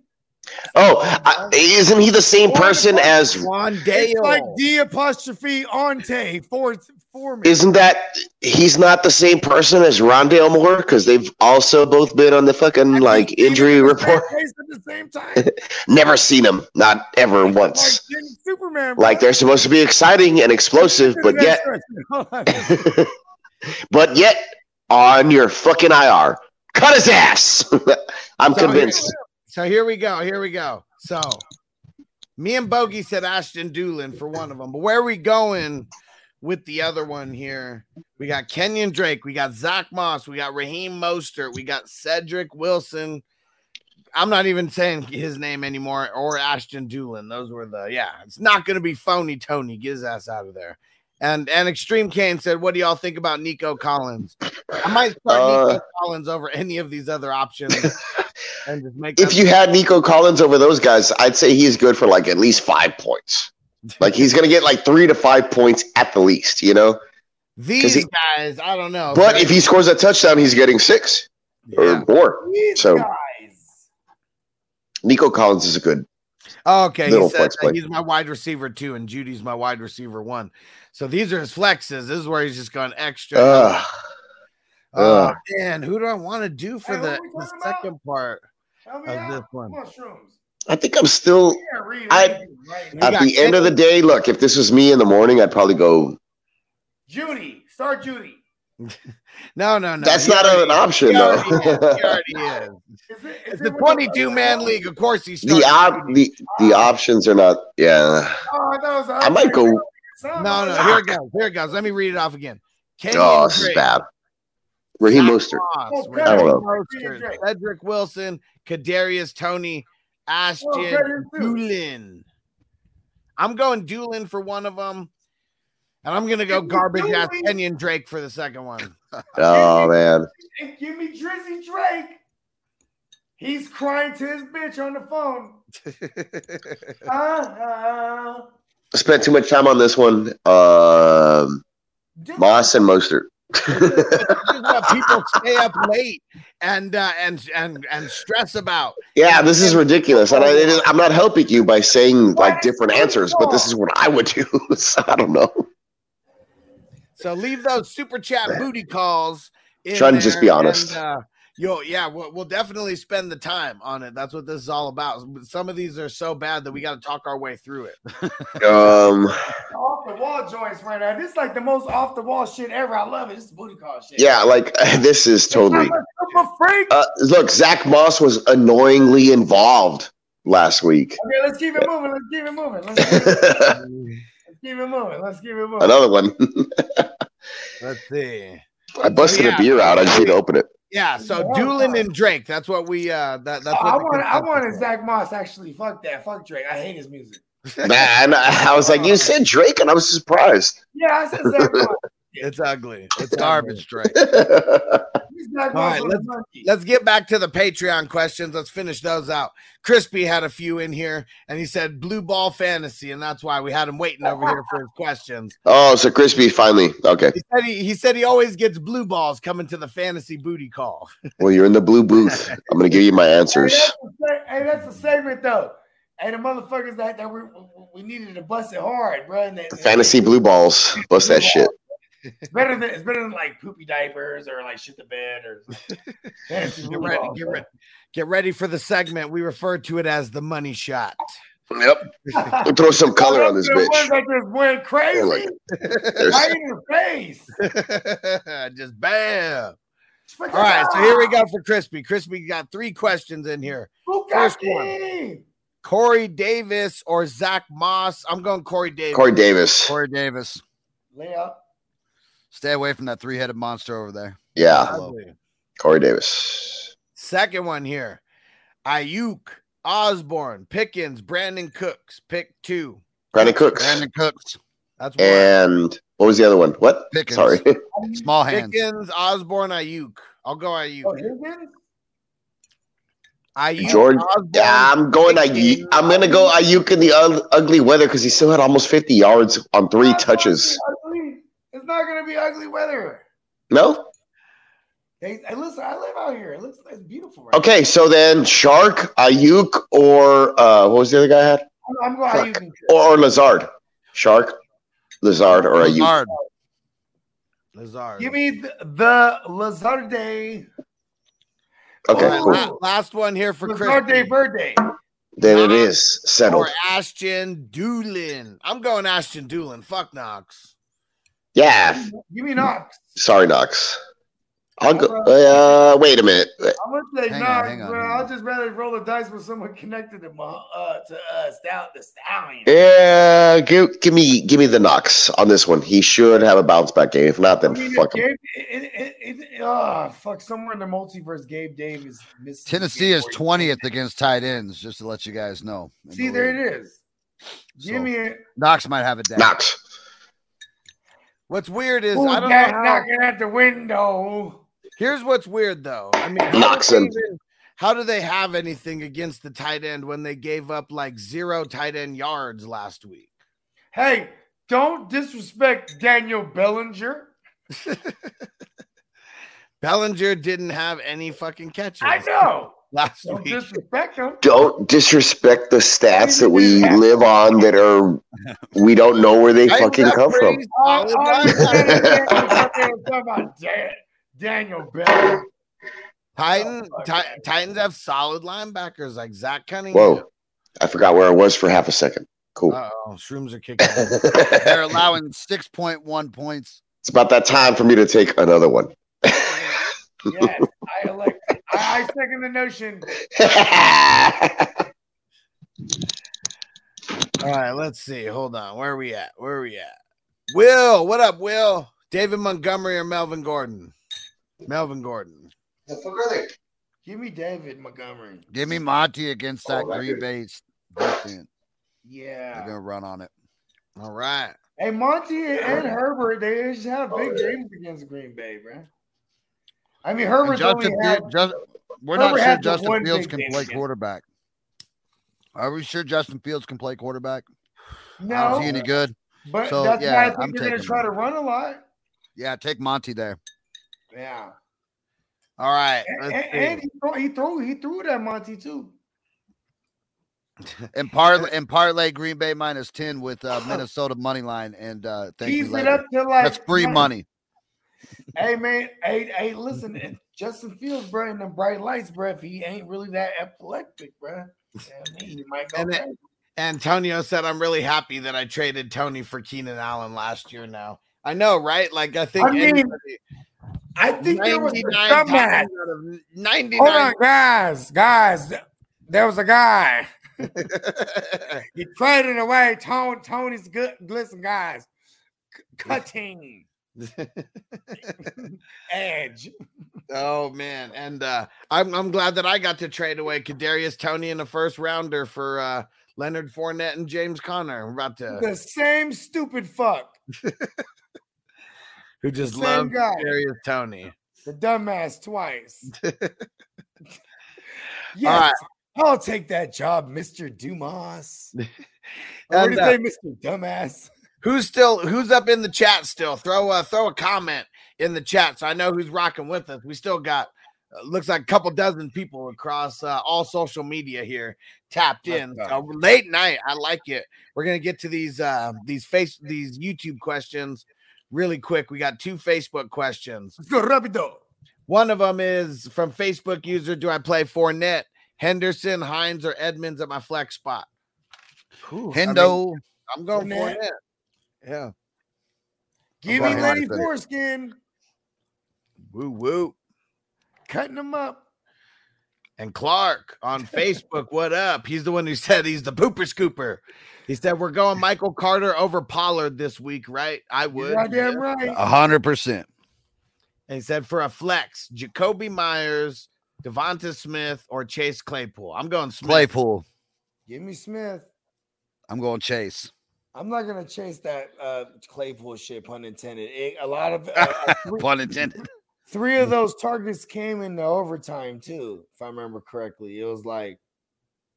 Oh, I, isn't he the same person as? Juan it's Dale. like D apostrophe Ante for for me. Isn't that he's not the same person as Rondale Moore? Because they've also both been on the fucking like injury Even in the same report. place At the same time, Never seen him, not ever like once. fucking Superman. bro. Like they're supposed to be exciting and explosive, but yet, Hold on. but yet on your fucking IR, cut his ass. I'm So here- convinced. So here we go. Here we go. So me and Bogey said Ashton Doolin for one of them, but where are we going with the other one here? We got Kenyon Drake, we got Zach Moss, we got Raheem Mostert, we got Cedric Wilson. I'm not even saying his name anymore, or Ashton Doolin. Those were the yeah. It's not going to be phony Tony. Get his ass out of there. And and Extreme Kane said, "What do y'all think about Nico Collins? I might start Uh, Nico Collins over any of these other options." and just make If them- you had Nico Collins over those guys, I'd say he's good for like at least five points. Like he's gonna get like three to five points at the least, you know. these 'cause he- guys, I don't know. But if he scores a touchdown, he's getting six Yeah. or more. So Guys. Nico Collins is a good. Oh, okay, he Little said flex that play. he's my wide receiver two, and Judy's my wide receiver one. So these are his flexes. This is where he's just gone extra. Uh, oh ugh. man, who do I want to do for Hey, the, what we the talking about? second part? Help me Of out. this one. Mushrooms. I think I'm still Yeah, read I- it right now. I- at got the end of the day. Look, if this was me in the morning, I'd probably go. Judy, start Judy. No, no, no. That's he not an already- option, he though. already is, he already is. Is it, is It's it the with 22 man league. Of course, he's The op- the the Uh, options are not. Yeah, Oh, I thought it was I might go. Some- No, no. Here it goes. Here it goes. Let me read it off again. Kenyon Oh, this is Drake, bad. Raheem Zach Mostert. Moss, Okay. Raheem I don't Mostert, Drake. Cedric Wilson, Kadarius Tony, Ashton Oh, Kenyon too. Doolin. I'm going Doolin for one of them, and I'm gonna go Kenyon garbage ass Doolin? Kenyon Drake for the second one. Oh man. And give me Drizzy Drake. He's crying to his bitch on the phone. Uh-huh. spent too much time on this one. Um, Dude, Moss and Mostert. This is what people stay up late and uh, and and and stress about. yeah, this is ridiculous, and I, it is, I'm not helping you by saying like different answers, but this is what I would do. so I don't know. So leave those super chat booty calls. in Trying to just there be honest. And, uh, yo, yeah, we'll, we'll definitely spend the time on it. That's what this is all about. Some of these are so bad that we got to talk our way through it. Um, off the wall joints right now. This is like the most off the wall shit ever. I love it. This is booty call shit. yeah, like this is totally. I'm a super freak. Uh, look, Zach Moss was annoyingly involved last week. Okay, let's keep it moving. Let's keep it moving. Let's keep it, Another let's keep it moving. Let's keep it moving. one. Let's see. I busted Yeah. a beer out. I just need to open it. Yeah, so Yeah. Oh, Doolin and Drake. That's what we. uh that, That's what I the want. I consensus wanted was. Zach Moss actually. Fuck that. Fuck Drake. I hate his music. Man, I I was like, you said Drake, and I was surprised. Yeah, I said Zach Moss. It's ugly. It's garbage, Drake. All right, let's, let's get back to the Patreon questions. Let's finish those out. Crispy had a few in here, and he said blue ball fantasy, and that's why we had him waiting over here for his questions. Oh, so crispy finally. Okay. He said he, he said he always gets blue balls coming to the fantasy booty call. Well, you're in the blue booth. I'm gonna give you my answers. Hey, that's a segment though. Hey, the motherfuckers that, that we we needed to bust it hard, bro. And that, Fantasy blue balls. Bust that shit. It's better than it's better than like poopy diapers or like shit the bed or fantasy Get ready, get ready, get ready for the segment. We refer to it as the money shot. Yep. We'll throw some color on this bitch. like this went crazy. Like, right in your face. Just bam. All right, so here we go for Crispy. Crispy got three questions in here. First one. Corey Davis or Zach Moss? I'm going Corey Davis. Corey Davis. Corey Davis. Lay up. Stay away from that three-headed monster over there. Yeah. Corey Davis. Second one here. Ayuk, Osborne, Pickens, Brandon Cooks. Pick two. Brandon Cooks. Brandon Cooks. That's one. And what was the other one? What? Pickens. Sorry. Small hands. Pickens, Osborne, Ayuk. I'll go Ayuk. Oh, Oh, Ayuk. Jordan. Osborne, Yeah, I'm going Ayuk. I'm gonna go Ayuk in the un- ugly weather because he still had almost 50 yards on three touches. It's not gonna be ugly weather. No. Hey, hey, listen, I live out here. It looks it's beautiful. Right Okay, so then Shark, Ayuk, or uh, what was the other guy I had? now. I'm, I'm going to Or, or Lazard. Shark, Lazard, or Ayuk. Hard. Lazard. give me the, the Okay, Lazarde, All right, cool. la- last one here for Crispy. Lazarde Verde. Then it is settled. Or Ashton Doolin. I'm going Ashton Doolin. Fuck Knox. Yeah. Give me Knox. Sorry, Knox. I'll go. Uh, wait a minute. I'm gonna say Hang on, Knox, hang on, but hang I'll on. just rather roll the dice with someone connected to my, uh to uh stout the stallion. Yeah, give, give me give me the Knox on this one. He should have a bounce back game. If not, I then mean, fuck him. Gabe, it, it, it, it, oh, fuck, somewhere in the multiverse, Gabe Davis. missed this Tennessee game is for you. 20th against tight ends, just to let you guys know. in the See, there league. it is. Give So, me it. Knox might have a day. Knox. What's weird is Who's I don't know. that how- knocking at the window? Here's what's weird though. I mean, how do Knox they him. even- How do they have anything against the tight end when they gave up like zero tight end yards last week? Hey, don't disrespect Daniel Bellinger. Bellinger didn't have any fucking catches I know. last Don't week. disrespect him. Don't disrespect the stats that we live on that are we don't know where they Right, fucking that come from. Oh, phrase, All- all you Titan- said is that you're talking about Dan- Daniel Bellinger. Titan, Oh, fuck. Ti- Titans have solid linebackers like Zach Cunningham. Whoa, I forgot where I was for half a second. Cool. Uh oh, shrooms are kicking. in. They're it's allowing 6.1 points. about that time for me to take another one. Yes, I elect. I, I second the notion. All right, let's see. Hold on. Where are we at? Where are we at? Will, what up, Will? David Montgomery or Melvin Gordon? Melvin Gordon. Give me David Montgomery. Give me Monty against that Oh, that Green is- Bay defense. They're Yeah. going to run on it. All right. Hey, Monty and Herbert, they just have big games against Green Bay, bro. I mean, And Herbert's only Justin had, Field- Just- we're Herbert not sure had the Justin one Fields big can game play against- quarterback. Are we sure Justin Fields can play quarterback? I don't see no, any good. but so, that's yeah, why I think I'm they're going to taking try to him. run a lot. Yeah, take Monty there. Yeah, All right. and, let's see. and he, throw, he threw he threw that Monty too. And parlay and parlay Green Bay minus 10 with uh, Minnesota money line and uh thank you He's Oh. it later. up to like That's free money. Hey man, hey hey, listen, if Justin Fields, bro, in the bright lights, bro. If he ain't really that epileptic, bro, yeah, I mean, he might go. And it- crazy. Antonio said, I'm really happy that I traded Tony for Keenan Allen last year now. I know, right? Like, I think I mean, anybody- I think there was 99 some times match. out of Hold 99. on, guys, guys. There was a guy. He traded away Tony. Tony's good. Listen, guys, c- cutting edge. oh, man. And uh, I'm, I'm glad that I got to trade away Kadarius Tony in the first rounder for uh, Leonard Fournette and James Conner. We're about to. The same stupid fuck. who just Same loved guy. Kadarius Tony. The dumbass twice. yes, right. I'll take that job, Mr. Dumas. What do you And, uh, say, Mr. Dumbass? Who's still who's up in the chat still? Throw a throw a comment in the chat so I know who's rocking with us. We still got uh, looks like a couple dozen people across uh, all social media here tapped in. So late night, I like it. We're gonna get to these uh these face these YouTube questions really quick. We got two Facebook questions. Let's go rapido. One of them is from Facebook user. Do I play Fournette, Henderson, Hines, or Edmonds at my flex spot? Ooh, I mean, Hendo. I'm going Fournette. Fournette. Yeah. Give I'm me going Lenny Hines, buddy. Foreskin. Woo woo. Cutting him up. And Clark on Facebook, what up? He's the one who said he's the pooper scooper. He said we're going Michael Carter over Pollard this week, right? I would. Uh, You're goddamn right. A hundred percent. And he said for a flex, Jacoby Myers, Devonta Smith, or Chase Claypool. I'm going Smith. Claypool. Give me Smith. I'm going Chase. I'm not gonna chase that uh, Claypool shit, pun intended. It- a lot of uh, three, Pun intended. three of those targets came in the overtime too, if I remember correctly. It was like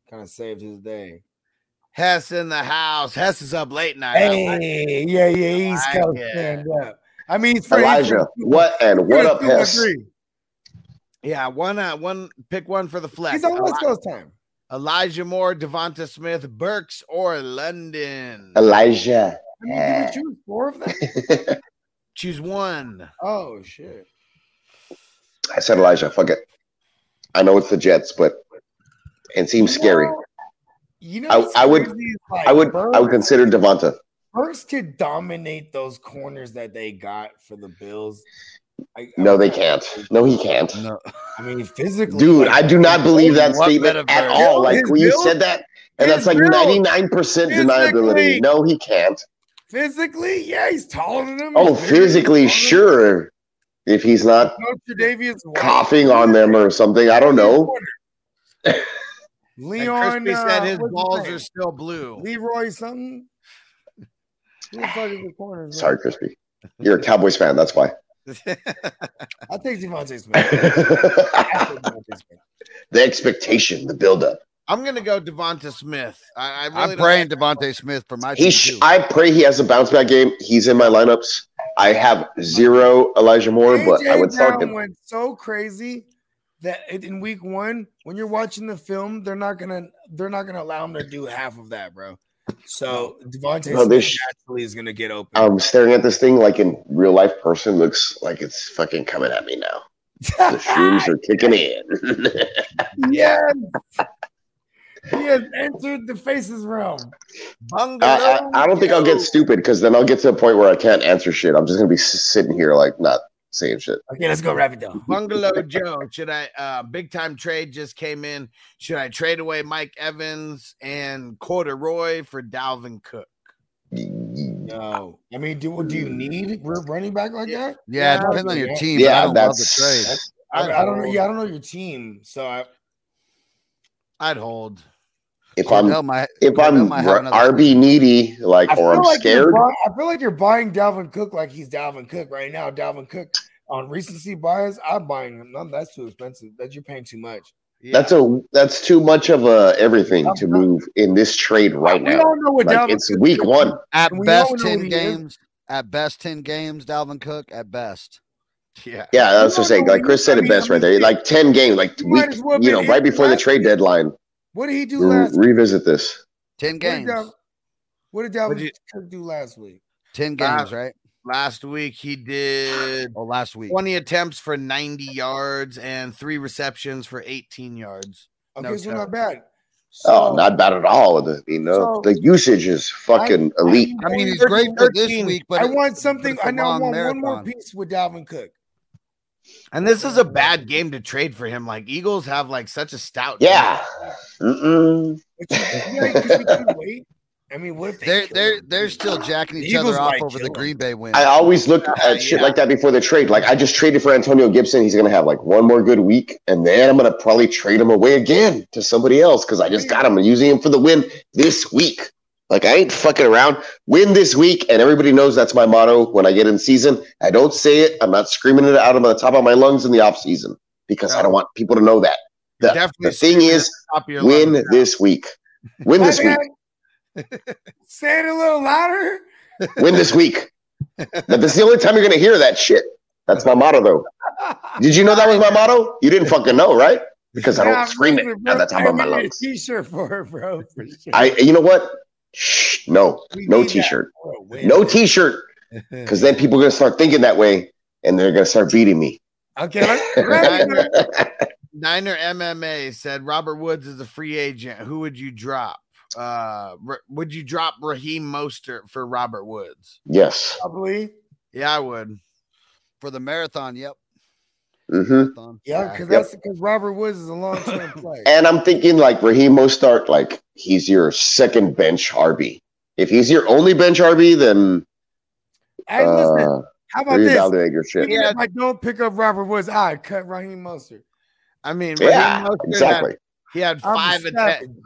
kind of saved his day. Hess in the house. Hess is up late night. I like- Hey, yeah, yeah, East like Coast it. stand up. I mean, it's for Elijah, what and what up, Hess? yeah, one uh, one pick one for the flex. He's on Eli- West Coast time. Elijah Moore, Devonta Smith, Burks, or London. Elijah. I mean, did we choose four of them? Choose one. Oh shit! I said Elijah. Fuck it. I know it's the Jets, but it seems scary. You know, I- what's I would- crazy is, like, I would I would Burks- consider Devonta. Burks could dominate those corners that they got for the Bills. I- No, I- they can't. No, he can't. No. I mean, physically, Dude, like, I do not believe that What statement at metaverse? all. Like His when you build- said that, and his that's like build. ninety nine percent Physically. deniability. No, he can't. physically, yeah, he's taller than him. Oh, He's bigger, physically, he's sure. If he's not taller than Davius White. coughing on them or something, I don't know. And Leon Crispy said uh, his what's balls name? are still blue. Leroy something. Who the fuck is the corners? Sorry, Crispy. You're a Cowboys fan. That's why. I take Devontae Smith. I the take Devontae Smith. expectation, the buildup. I'm gonna go Devonta Smith. I, I really I'm don't praying like- Devontae Smith for my He team. sh- too. I pray he has a bounce back game. He's in my lineups. I have zero Elijah Moore, but I AJ would start Brown him. went so crazy that it- in week one, when you're watching the film, they're not gonna they're not gonna allow him to do half of that, bro. So Devontae No, Smith this- Um, naturally is gonna get open. I'm staring at this thing like in real life person. Looks like it's fucking coming at me now. The shrooms are kicking in. yes, he has entered the faces realm. Bungaroo. I, I, I don't think I'll Oh, get stupid because then I'll get to a point where I can't answer shit. I'm just gonna be s- sitting here like not saying shit. Okay, let's go rapid down. Bungalow Joe. Should I uh big time trade just came in? Should I trade away Mike Evans and Corduroy for Dalvin Cook? No, I mean, do do you need we're running back like that? yeah, it Yeah, depends on your yeah. team. but I Yeah, don't love the trade. that's I, I don't know. Yeah, I don't know your team, so I, I'd hold. if Cordell I'm might- if Cordell I'm might have r- another RB needy like I or I'm like you're scared. buy- I feel like you're buying Dalvin Cook like he's Dalvin Cook right now. Dalvin Cook on recency bias, I'm buying him. No, that's too expensive. That you're paying too much. Yeah. That's a that's too much of a everything to move in this trade right We now. all know what Like Dalvin it's week one. At We all best, know what ten he is. games. At best, ten games. Dalvin Cook. At best. yeah. Yeah, that's We what all I'm saying. know Like what Chris he- said I it mean- best I right mean, there. Like ten games, like You might week, as well you been know, in right before the last trade deadline. What did he do We'll last? What revisit this. Ten did, games. Dal- what did What Dalvin did you- Cook do last week? Ten Uh, games, right? Last week he did Oh, last week. 20 attempts for 90 yards and three receptions for 18 yards. Okay, No so tell. not bad. Oh, So, not bad at all. The, you know, So- the usage is fucking I- elite. I mean, he's Thirteen- great for this thirteen. week, but I it- want something. it's a I know I long want one more marathon. piece with Dalvin Cook. And this is a bad game to trade for him. Like Eagles have like such a stout. Yeah. Mm-mm. But you- yeah, 'cause you can wait. I mean, what if they they're kill they're him? they're still jacking each Eagles other off might over the kill him. Green Bay win. I always look Yeah, at shit yeah. like that before the trade. Like I just traded for Antonio Gibson. He's gonna have like one more good week, and then I'm gonna probably trade him away again to somebody else because I just got him and using him for the win this week. Like I ain't fucking around. Win this week, and everybody knows that's my motto when I get in season. I don't say it. I'm not screaming it out of the top of my lungs in the off season because I don't want people to know that. The, the thing is, win this week. Win this week. Say it a little louder. Win this week. But this is the only time you're gonna hear that shit. That's my motto, though. Did you know that was my motto? You didn't fucking know, right? Because I Nah, don't scream it bro, at the top I of my need a lungs. T-shirt for her, bro. For sure. I, you know what? Shh, no, no t-shirt, no t-shirt, because then people are gonna start thinking that way, and they're gonna start beating me. Okay. Niner, Niner MMA said Robert Woods is a free agent. Who would you drop? Uh, Ra- would you drop Raheem Mostert for Robert Woods? Yes. Probably. Yeah, I would. For the marathon, yep. Mm-hmm. Yeah, because that's because Robert Woods is a long-term player. And I'm thinking like Raheem Mostart, like he's your second bench RB. If he's your only bench RB, then Hey, listen, uh, how about this? reevaluate your shit. Even if I don't pick up Robert Woods, I cut Raheem Mostert. I mean, Yeah, Raheem Mostert had- exactly. he had I'm five snapping. attempts.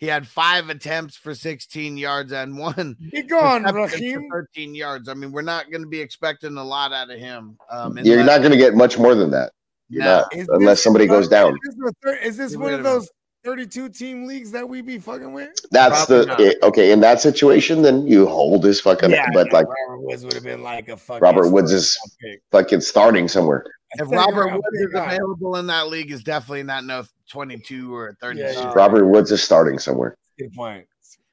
He had five attempts for 16 yards and one. Be gone, reception for Raheem. 13 yards. I mean, we're not going to be expecting a lot out of him. Um, You're unless- not gonna get much more than that. You're No. not, unless somebody goes down. Is this, a thir- is this Get one rid of of him. those 32 team leagues that we be fucking with? That's Probably the eh, okay. In that situation, then you hold his fucking. Yeah, but like Robert Woods would have been like a fucking Robert Woods is fucking starting somewhere. If Robert Woods is available in that league, is definitely not no 22 or 30. Robert Woods is starting somewhere. Good point.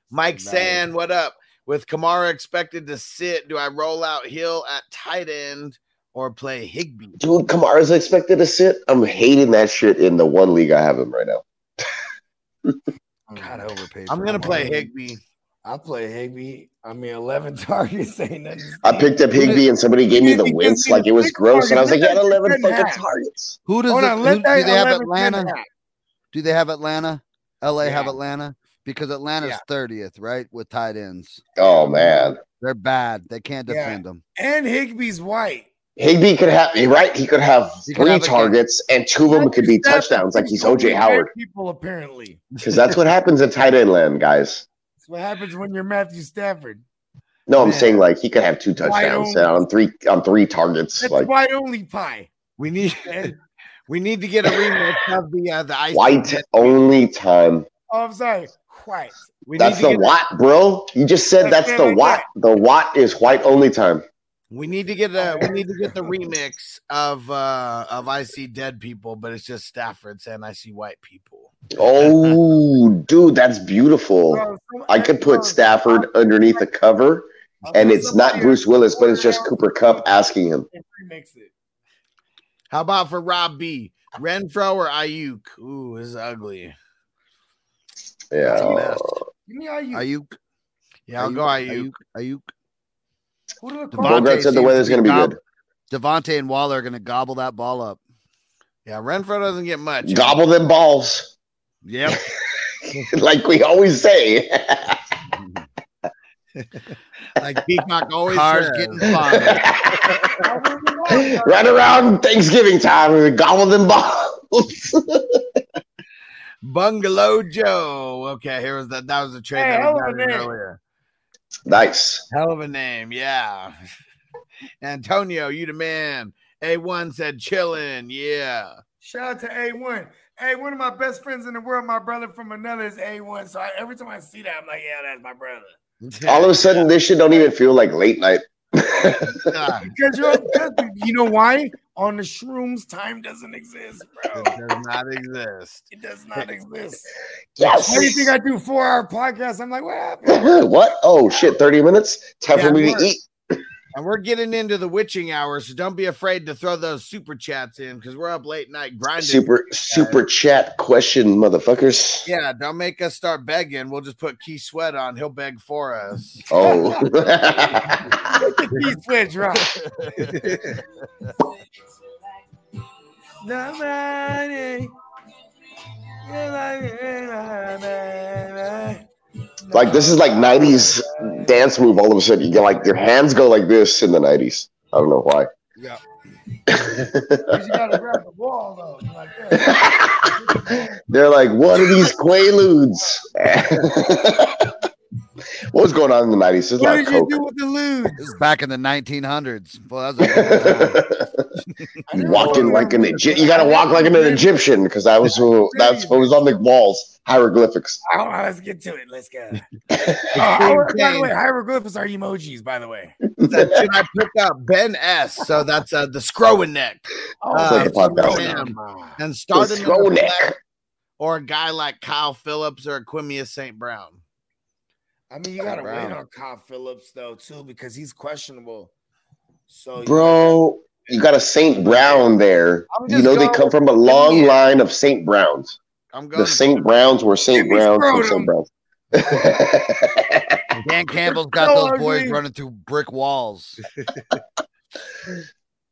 Mike San, what up? With Kamara expected to sit, do I roll out Hill at tight end or play Higby? Dude, Kamara's expected to sit. I'm hating that shit in the one league I have him right now. God, overpaid. I'm gonna play Higby. I play Higby. I mean, 11 targets ain't nothing. I picked up Higby and somebody gave me the wince like it was gross, and I was like, yeah, 11 fucking targets. Who does Hold it- on, who- let do that they have 11 Atlanta? finish. Do they have Atlanta? LA have Yeah. Atlanta because Atlanta's thirtieth, right? With tight ends. Oh man, They're bad. They can't Yeah. defend them. And Higby's white. Higby could have right. He could have could three have a- targets, and two of them could be touchdowns, like he's OJ Howard, People apparently. because that's what happens in tight end land, guys. That's what happens when you're Matthew Stafford. No, I'm saying like he could have two Wide touchdowns open. on three on three targets. That's like white only pie. We need man. we need to get a remix of the uh, the ice. white only time. oh, I'm sorry. White. We That's need to the get a- Watt, bro. You just said That's that's the right, Watt. The Watt is white only time. we need to get a we need to get the remix of uh of I see dead people, but it's just Stafford saying I see white people. Oh, dude, that's beautiful. I could put Stafford underneath the cover, and it's not Bruce Willis, but it's just Cooper Cup asking him. Remix it. How about for Rob B? Renfro or Ayuk? Ooh, this is ugly. Yeah. Give me all you. Ayuk. Yeah, I'll Ayuk, go Ayuk. Ayuk. Who do the Devontae Bogart said the seems weather's to gonna be gob- good. Devontae and Waller are going to gobble that ball up. Yeah, Renfro doesn't get much. Gobble them balls, Yep. like we always say. Like Peacock always Cars says. getting fun. right around Thanksgiving time, we gobble them balls. Bungalow Joe. Okay, here was that. That was the trade Hey, that hell was of a mentioned name. earlier. nice. Hell of a name, yeah. Antonio, you the man. A1 said chillin', yeah. Shout out to A1. Hey, one of my best friends in the world, my brother from another is A1. So I, every time I see that, I'm like, yeah, that's my brother. All of a sudden, this shit don't even feel like late night. Yeah, Because you're because you know why? On the shrooms, time doesn't exist, bro. it does not exist. It does not exist. Yes. Why do you think I do four hour podcasts? I'm like, what happened? what? Oh shit! Thirty minutes. Time Yeah, for me work. to eat. And we're getting into the witching hour, so don't be afraid to throw those super chats in because we're up late night grinding. Super super chat question, motherfuckers. Yeah, don't make us start begging. We'll just put Key Sweat on. He'll beg for us. Oh. Look at these switch, right? Nobody. like this is like '90s dance move. All of a sudden, you get like your hands go like this in the '90s. I don't know why. Yeah. You gotta grab the wall though. Like that. They're like, what are these quaaludes? What was going on in the nineties? It's not What did you coke. do with the lewd? This is back in the 1900s. Boy, that was a Walking like an Egypt. You gotta walk like an Egyptian because that was who, that's what was on the walls. Hieroglyphics. Ah, I don't know. Oh, Let's get to it. Let's go. Oh, hier- by the way, hieroglyphics are emojis. By the way, that shit I picked up. Ben S. So that's uh, the Scrowing Neck. Oh, That's Uh, the podcast. man, and starting with Scrow a Neck. black or a guy like Kyle Phillips or Aquimia St. Brown. I mean, you gotta Brown. wait on Kyle Phillips though too because he's questionable. So you- Bro, you got a St. Brown there. I'm You just know they going come from a long line of St. Browns. I'm going The St. Browns were St. Jimmy Browns from Scrotum. St. Browns. Dan Campbell's got So those boys ugly. running through brick walls.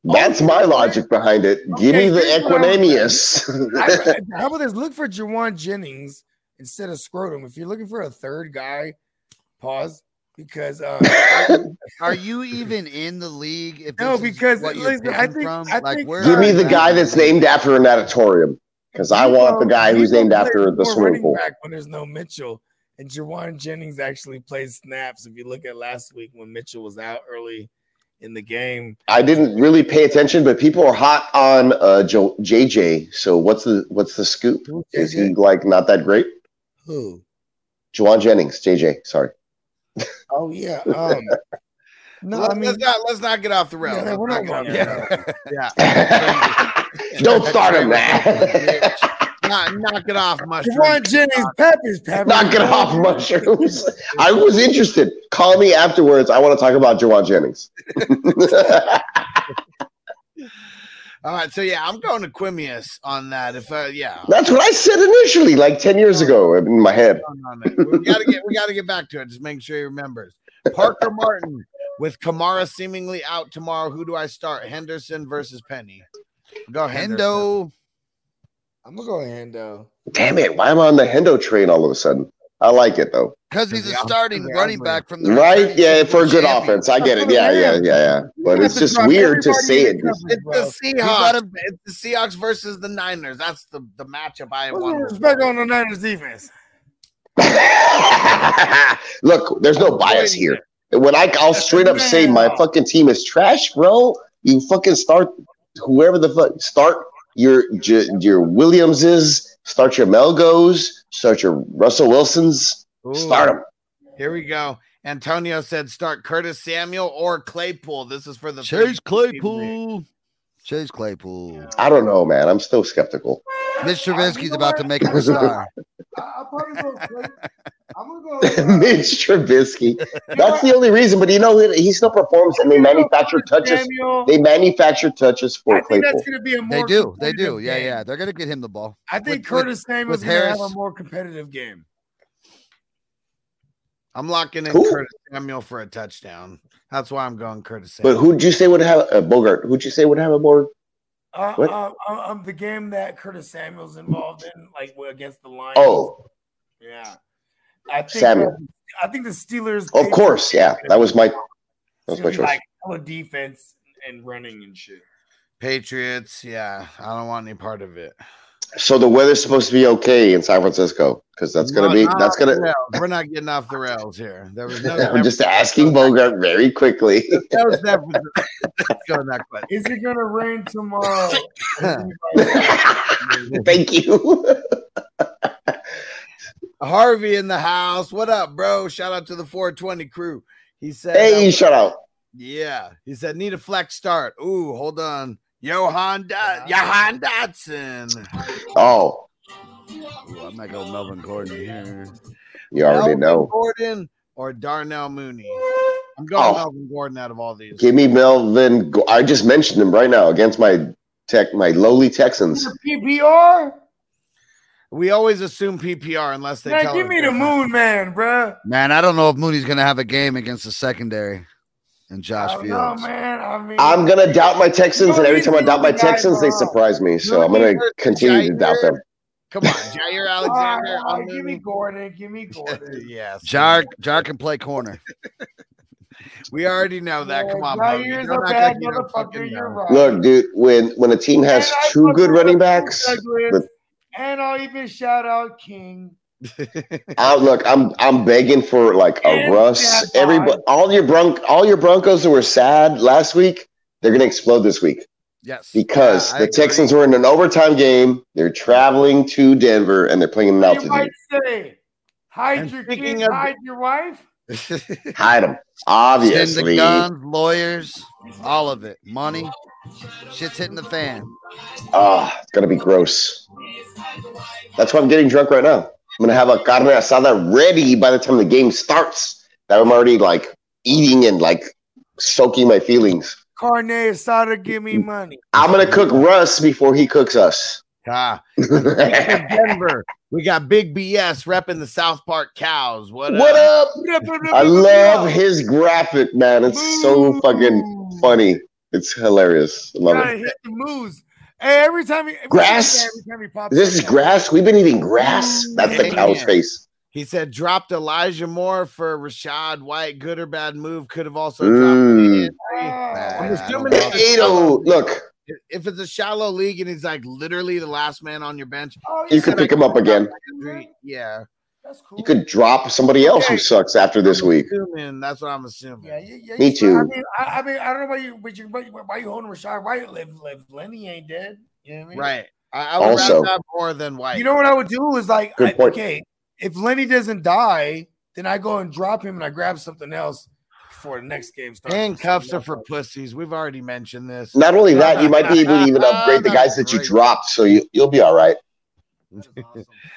That's my logic behind it. Give Okay, me the here's what I'm Equinemius. I- how about this? Look for Jawan Jennings instead of Scrotum. If you're looking for a third guy, pause because um, Are you even in the league? If No, this is because, what you're listen, I picking think- from? I Like, think- where Give me are the you guy at? that's named after an natatorium because I want the guy who's named after the swimming pool. Back when there's no Mitchell and Jawan Jennings actually plays snaps. If you look at last week when Mitchell was out early in the game, I didn't really pay attention, but people are hot on uh, jo- JJ. So what's the what's the scoop? Who's Is JJ? he like not that great? who? Juwan Jennings, JJ. Sorry. Oh yeah. Um, no, Let- I mean, let's not let's not get off the rail. Yeah, we're not going there. Don't start him, man. Not knock it off, mushroom. Jawan Jennings, peppers, peppers. Knock it off, mushrooms. I was interested. Call me afterwards. I want to talk about Juwan Jennings. All right, so yeah, I'm going to Quimius on that. If uh, yeah, That's what I said initially, like ten years ago, in my head. on- on it. We gotta get we gotta get back to it. Just making sure he remembers. Parker Martin with Kamara seemingly out tomorrow. Who do I start? Henderson versus Penny. Go Henderson. Hendo. I'm gonna go Hendo. Damn it! Why am I on the Hendo train all of a sudden? I like it though. Because he's a starting running back from the Right? Yeah, for a good Champion. offense. I get it. Yeah, yeah, yeah, yeah. But it's just weird to say it. It's Bro. the got Seahawks. It's the Seahawks versus the Niners. That's the, the matchup I Put some want. respect on the Niners defense. Look, there's no bias here. When I, I'll straight up say my fucking team is trash, bro. You fucking start whoever the fuck start your your, your Williamses, start your Melgos, start your Russell Wilsons, Ooh, start them. Here we go. Antonio said start Curtis Samuel or Claypool. This is for the Chase Claypool. Chase Claypool. I don't know, man. I'm still skeptical. Mitch Trubisky's about to make him a star. I'll probably go. I'm gonna go. Mitch Trubisky. That's the only reason. But you know, he, he still performs, and they manufacture touches. Samuel. They manufacture touches I for think that's Claypool. gonna be a more. They do. They competitive do. Yeah, game. yeah. They're gonna get him the ball. I think With- Curtis Samuel's with gonna have a Harris. more competitive game. I'm locking in Cool. Curtis Samuel for a touchdown. That's why I'm going Curtis Samuel. But who'd you say would have uh, Bogart? Who'd you say would have a more? Uh, What? uh, uh, um, the game that Curtis Samuel's involved in, like against the Lions. Oh, yeah. I think. Samuel. I think the Steelers. Of course, yeah. That was my that was my It's gonna be choice. like hella defense and running and shit. Patriots, yeah, I don't want any part of it. So the weather's supposed to be okay in San Francisco because that's gonna No, be not that's off the gonna. rails. We're not getting off the rails here. There was no. I'm just asking Bogart very quickly. That was never. Let's go to that question. Is it gonna rain tomorrow? Thank you. Harvey in the house. What up, bro? Shout out to the 420 crew. He said, uh, Hey, shut out. "Yeah." He said, "Need a flex start." Ooh, hold on, Johan Dot, Johan Dotson. Oh, Ooh, I'm not going Melvin Gordon here. you already Melvin know. Gordon or Darnell Mooney. I'm going Oh. Melvin Gordon out of all these. Give me Melvin. Go- I just mentioned him right now against my tech, my lowly Texans. PPR? We always assume PPR unless they Man, tell give us me the different. moon man, bruh. Man, I don't know if Mooney's gonna have a game against the secondary and I Josh don't know, Fields. man. I mean, I'm gonna doubt my Texans, and every time I doubt my Texans, they surprise me. So I'm gonna continue to doubt them. Come on, Jair Alexander. Alexander, on give me Mooney. Gordon. Give me Gordon. yes, Jar Jar can play corner. We already know that. Come on, Bogey. Jair's You're a not bad gonna get a fucking motherfucker. You're no. right. Look, dude, when when a team has And I two fucking good love running Kirk backs, Douglas, but- and I'll even shout out King. I, look, I'm I'm begging for like a Russ. Everybody, all your bronc, all your Broncos that were sad last week, they're gonna explode this week Yes. because Yeah, I the agree. Texans were in an overtime game. They're traveling to Denver and they're playing in an You altitude. might say, hide And your speaking kids, of- hide your wife. Hide them, Send obviously. the guns, lawyers, all of it. Money. Shit's hitting the fan. Ah, it's gonna be gross. That's why I'm getting drunk right now. I'm gonna have a carne asada ready by the time the game starts. That I'm already like eating and like soaking my feelings. Carne asada, give me money. I'm gonna cook Russ before he cooks us. Ah, Denver. We got Big BS repping the South Park cows. What up? What up? I love his graphic, man. It's so fucking funny. It's hilarious. I love Gotta it. hit the moves. Hey, every time he Grass? Every time he pops This is up, grass. We've been eating grass. That's the cow's face. He said dropped Elijah Moore for Rashad White. Good or bad move. Could have also Mm. dropped. I'm assuming it's a Potato. shallow- Look, if it's a shallow league and he's like literally the last man on your bench, Oh, you could pick him up again. yeah, You could drop somebody else who sucks after this week. assuming that's what I'm assuming. Yeah, yeah, yeah, Me you swear- I too. mean, I, I mean, I don't know why you, but you, but you- why you holding Rashad White? Live, live. Lenny ain't dead. You know what I mean? Right. I, I would Also- rather have more than White. You know what I would do is like, Good I- point. okay, if Lenny doesn't die, then I go and drop him and I grab something else for the next game starts. Handcuffs are for pussies. We've already mentioned this. Not only that, you might be able to even upgrade the guys that you dropped, so you, you'll be all right.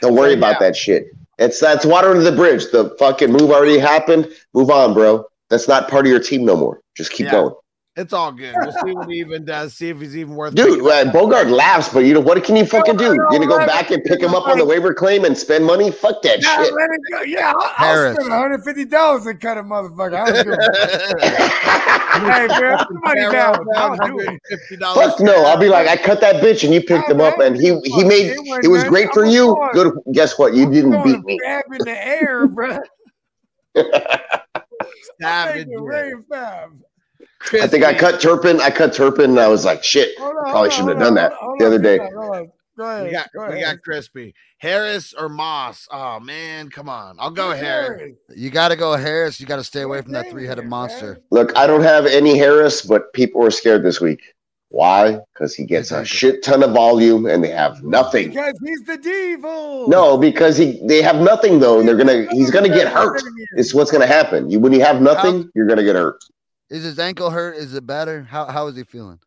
Don't worry about that shit. It's that's water under the bridge. The fucking move already happened. Move on, bro. That's not part of your team no more. Just keep Yeah. going. It's all good. We'll see what he even does. See if he's even worth. Dude, picking up. uh, Bogart laughs, but you know what can you fucking do? You're gonna go back and pick him up on the waiver claim and spend money? Fuck that Yeah, shit. let it go. Yeah, I'll, I'll Paris. spend 150 dollars and cut a motherfucker. I don't give a hey, man, put money down. I'll do it. $150. Fuck no! I'll be like, I cut that bitch, and you picked him up, and he he made it was great for you. Good. Guess what? You didn't beat me. Grab in the air, bro. Savage. Very fast. I think I cut Turpin. I cut Turpin. And I was like, shit. Hold on, Probably hold shouldn't have on, hold done that on, hold the on, other day. hold on, hold on. Go We ahead, got, go we ahead. got crispy. Harris or Moss? Oh man, come on. I'll go Harris. Harris. You got to go Harris. You got to stay away from that three-headed monster. Look, I don't have any Harris, but people are scared this week. Why? Because he gets a shit ton of volume, and they have nothing. Because he's the devil. No, because he they have nothing though. They're gonna he's gonna get hurt. It's what's gonna happen. You when you have nothing, you're gonna get hurt. Is his ankle hurt? Is it better? How how is he feeling?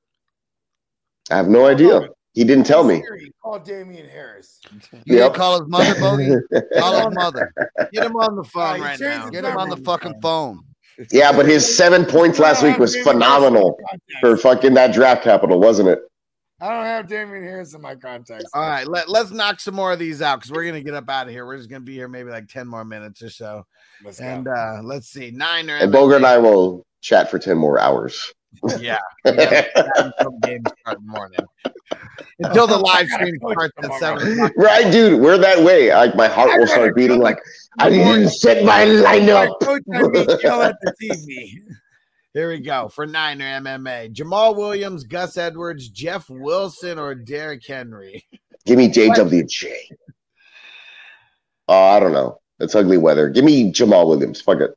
I have no idea. He didn't tell me. Siri, Call Damian Harris. You Yep. didn't call his mother, Bogey. call his mother. Get him on the phone he right changed now. his Get him on the fucking phone. Yeah, but his seven points last week was phenomenal for fucking that draft capital, wasn't it? I don't have Damian Harris in my contacts. All right, let, let's knock some more of these out because we're gonna get up out of here. We're just gonna be here maybe like 10 more minutes or so. Let's And uh let's see. Niner And Boger and I will chat for ten more hours. Yeah. yeah until games start in the morning. Until the live stream starts at seven o'clock. Right, dude, we're that way. Like my heart will start beating like I didn't set my lineup. Coach, I need to yell at the TV. Here we go for Niner MMA. Jamal Williams, Gus Edwards, Jeff Wilson, or Derrick Henry. Give me JWJ. Oh, I don't know. It's ugly weather. Give me Jamal Williams. Fuck it.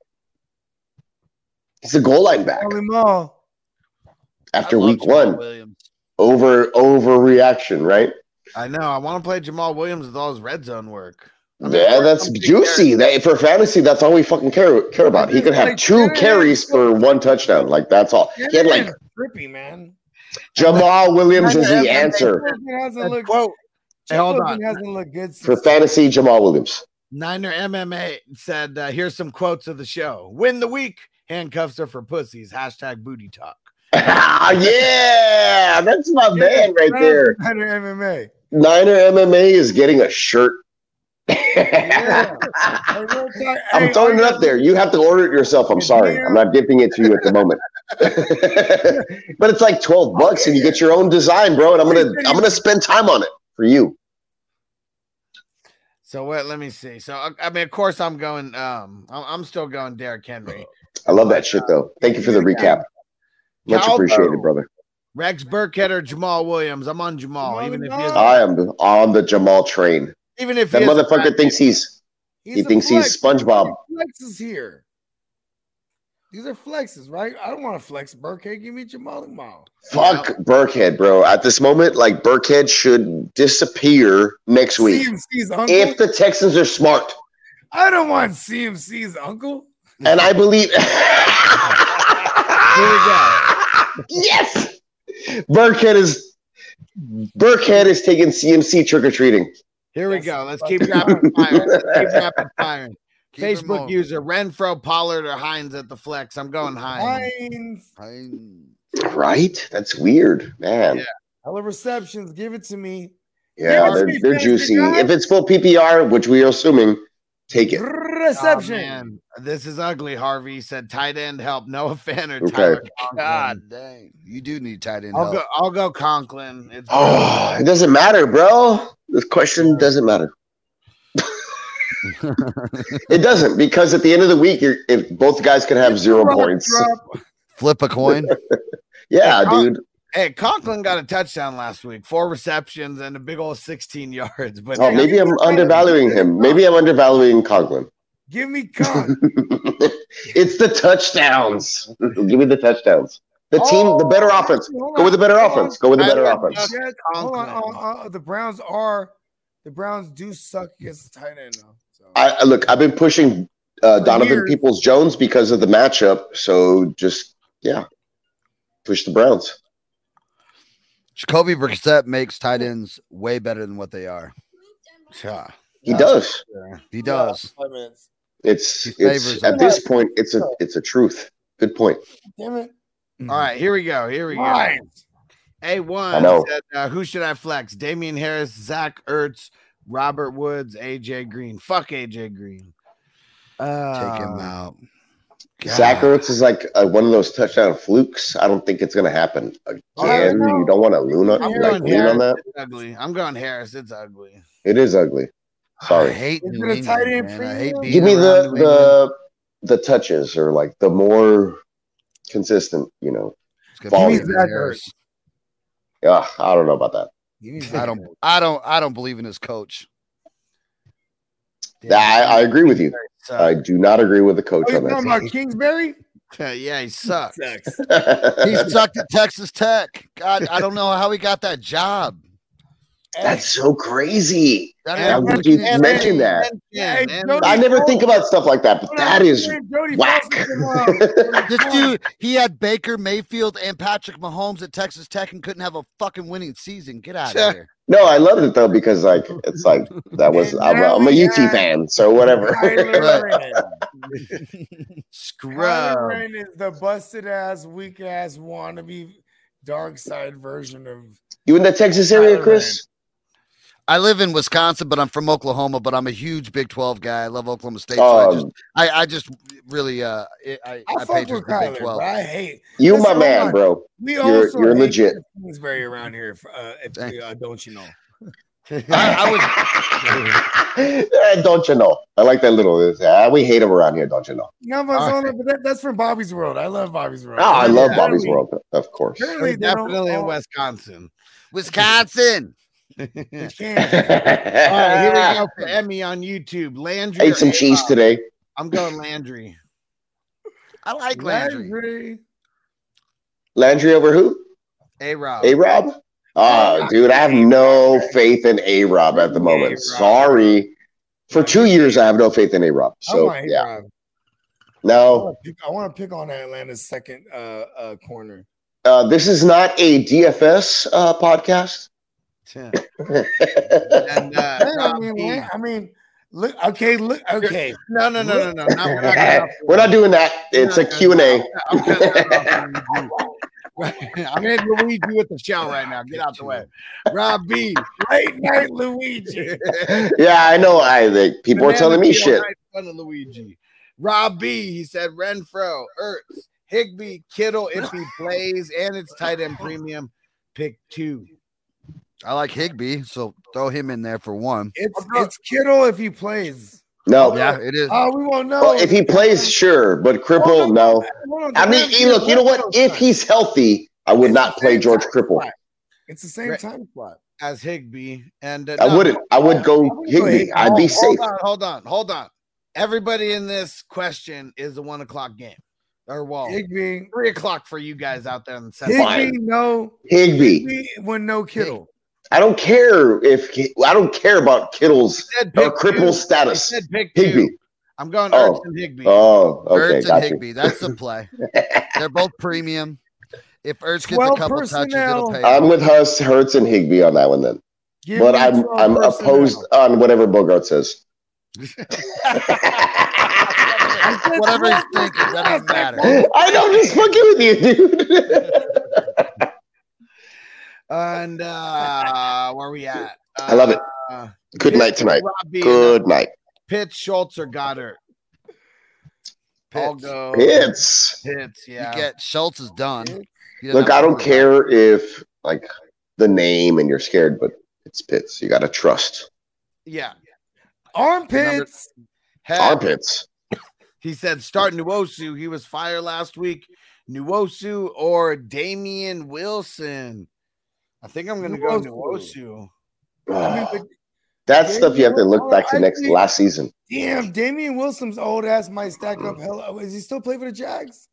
He's a goal line back Holy mo. after I love week Jamal one. Williams. Over overreaction, right? I know. I want to play Jamal Williams with all his red zone work. Yeah, that's juicy. That for fantasy, that's all we fucking care care about. He could have two carries for one touchdown. Like that's all. He had like trippy, man. Jamal Williams is the answer Wilson hasn't looked, Quote. Hey, hold Wilson on. hasn't looked good for since fantasy. Jamal Williams. Niner MMA said, uh, here's some quotes of the show. Win the week. Handcuffs are for pussies. Hashtag booty talk. Ah, yeah, that's my man right there. Niner MMA. Niner MMA is getting a shirt. Hey, real talk, I'm hey, throwing all it you- up there. You have to order it yourself. I'm sorry. I'm not gifting it to you at the moment. but it's like 12 bucks and you get your own design, bro, and I'm going to I'm going to spend time on it for you. So what? Let me see. So uh, I, I mean, of course, I'm going. Um, I'm, I'm still going Derrick Henry. I love that shit though. Thank you for the recap. Much Calvo. appreciated, brother. Rex Burkhead or Jamal Williams. I'm on Jamal, even if he is I am on the Jamal train. even if That he is a motherfucker thinks he's he thinks he's SpongeBob. Flexes here. These are flexes, right? I don't want to flex Burkhead. Give me Jamal Mall. Fuck Burkhead, bro. At this moment, like Burkhead should disappear next week. CMC's uncle. If the Texans are smart, I don't want CMC's uncle. and I believe Here we go. yes, Burkhead is Burkhead is taking CMC trick or treating. Here we go. Let's keep rapid firing. Let's keep rapid firing. Facebook user Renfro Pollard or Hines at the flex. I'm going Hines. Hines. Right? That's weird, man. Yeah, Hella receptions. Give it to me. Give it to they're, me, they're fantasy juicy. guy. If it's full PPR, which we are assuming, take it. Reception. Oh, This is ugly. Harvey said tight end help. Noah Fan or Okay. Tyler. Conklin. God dang, you do need tight end I'll help. go. I'll go Conklin. It's Oh, it doesn't matter, bro. This question doesn't matter. it doesn't because at the end of the week, you're, if both guys could have zero points, Flip a coin. yeah, dude. Hey, Conklin got a touchdown last week, four receptions and a big old 16 yards. But Oh, maybe I'm undervaluing him. Maybe I'm undervaluing Conklin. Give me Con. it's the touchdowns. Give me the touchdowns. The team, the Oh. better offense. hold Go with the on, better hold offense. Go with the better Tyler offense. Conklin. Jets- hold on, hold on, hold on. the Browns are the Browns do suck against the tight end though. I I- look. I've been pushing uh, For Donovan years. Peoples Jones because of the matchup. So just yeah, push the Browns. Jacoby Brissett makes tight ends way better than what they are. Yeah. He does. He does. Five minutes. It's favors it's at him. this point. It's a it's a truth. Good point. Damn it. All right, here we go. Here we go. Hines. I A1 know. said, uh, who should I flex? Damian Harris, Zach Ertz, Robert Woods, AJ Green. Fuck AJ Green. Uh, Take him out. Zach Ertz is like uh one of those touchdown flukes. I don't think it's going to happen again. I know. you don't want to lean on I'm like, going lean on that. Harris. It's ugly. I'm going Harris. It's ugly. It is ugly. I Sorry. hate Is New it a tight England, end man. I hate premium? being Give me around the New England. the the touches or like the more consistent. You know. It's gonna Give me be Damian Zach Ertz. Harris. Yeah, I don't know about that. Give me I Zach don't. Ertz. I don't. I don't believe in his coach. I, I agree with you. I Sucks. do not agree with the coach Oh, you on talking about that. Kingsbury? yeah, he sucks. Sucks. He sucked at Texas Tech. God, I don't know how he got that job. That's so crazy. That How ain't would you fucking- mention that? Yeah, Hey, man. Jody- I never think about stuff like that, but that is Jody whack. This dude, he had Baker Mayfield and Patrick Mahomes at Texas Tech and couldn't have a fucking winning season. Get out Yeah. of here. No, I loved it though because like it's like that was I'm, a- I'm a UT fan, so whatever. Tyler Rennie. Scrub. Tyler Rennie is the busted ass, weak ass, wannabe dark side version of you in the Texas area, Tyler Chris? I live in Wisconsin, but I'm from Oklahoma. But I'm a huge Big Twelve guy. I love Oklahoma State. so I just, Um, I, I just really, uh, I, I, I I fuck patronize with the Big Kyler, Twelve. but I hate you Listen, my hold man, on. bro. we You're- also you're hate legit. Kingsbury around here. if, Uh, if, Thank- uh, don't you know? I, I was Eh, don't you know? I like that little. it's, ah, we hate him around here, don't you know? No, but, it's all over- but that, that's from Bobby's World. I love Bobby's World. Oh, I love Apparently- Bobby's World, of course. Apparently, He's they don't definitely in all- Wisconsin. Wisconsin. they can't. All right, here we Ate go for Emmy on YouTube. Landry. or some Ava? cheese today. I'm going Landry. I like Landry. Landry. Landry over who? A Rob. A Rob? Oh, dude, I have no faith in A Rob at the moment. Sorry. For two years, I have no faith in A Rob. So, I want yeah. A-Rob. I No, wanna pick- I want to pick on Atlanta's second uh, uh, corner. uh, this is not a DFS uh, podcast. Man, And uh, I Rob mean, E. Lan- I mean, look. Okay, look. Okay, no, no, no, no, no. Not, we're not gonna- We're not doing that. It's a Q&A. I'm gonna- I'm gonna Luigi with the shell right now. Get out the way, Rob B. late night Luigi. Yeah, I know. I think people are Banana telling me peel shit. right in front of Luigi. Rob B. He said Renfro, Ertz, Higby, Kittle if he plays, and it's tight end premium. Pick two. I like Higby, so throw him in there for one. It's it's Kittle if he plays. No. Yeah, it is. Oh, we won't know. Well, if he plays, sure. But Cripple, no. Hold on, I mean, Delaney- eh, look, you know what? If he's healthy, I would not play George Cripple. It's the same time slot. as Higby, and uh, I no, wouldn't. I would go Higby. Wait, I'd be safe. hold- Hold on, hold on, hold on. Everybody in this question is the one o'clock game. Or well, Higby. three o'clock for you guys out there in the Higby, Central. no. Higby. when no Kittle. I don't care if I don't care about Kittle's said or pick two. cripple status. He said pick two. Higby. I'm going Ertz Oh. and Higby. Oh, okay. Ertz and gotcha. Higby. That's the play. They're both premium. If Ertz gets a 12 couple touches, it'll pay. I'm with Hus, Hertz, and Higby on that one then. Give but me I'm 12 I'm personnel. opposed on whatever Bogart says. Whatever he's thinking, doesn't matter. I know I'm just fucking with you, dude. And uh, where we at? Uh, I love it. Good night tonight. Robbie and Good night. Pitts, Schultz, or Goddard? I'll go Pitts. Pitts, yeah. You get Schultz is done. He doesn't Look, have I a don't care if like the name and you're scared, but it's Pitts. You gotta trust yeah. Armpits. Heck, armpits. He said start Nuosu. He was fired last week. Nuosu or Damian Wilson. I think I'm gonna go Nuosu. Ah, that stuff you have to look back to I next think- last season. Damn, Damian Wilson's old ass might stack up hell. Is he still play for the Jags?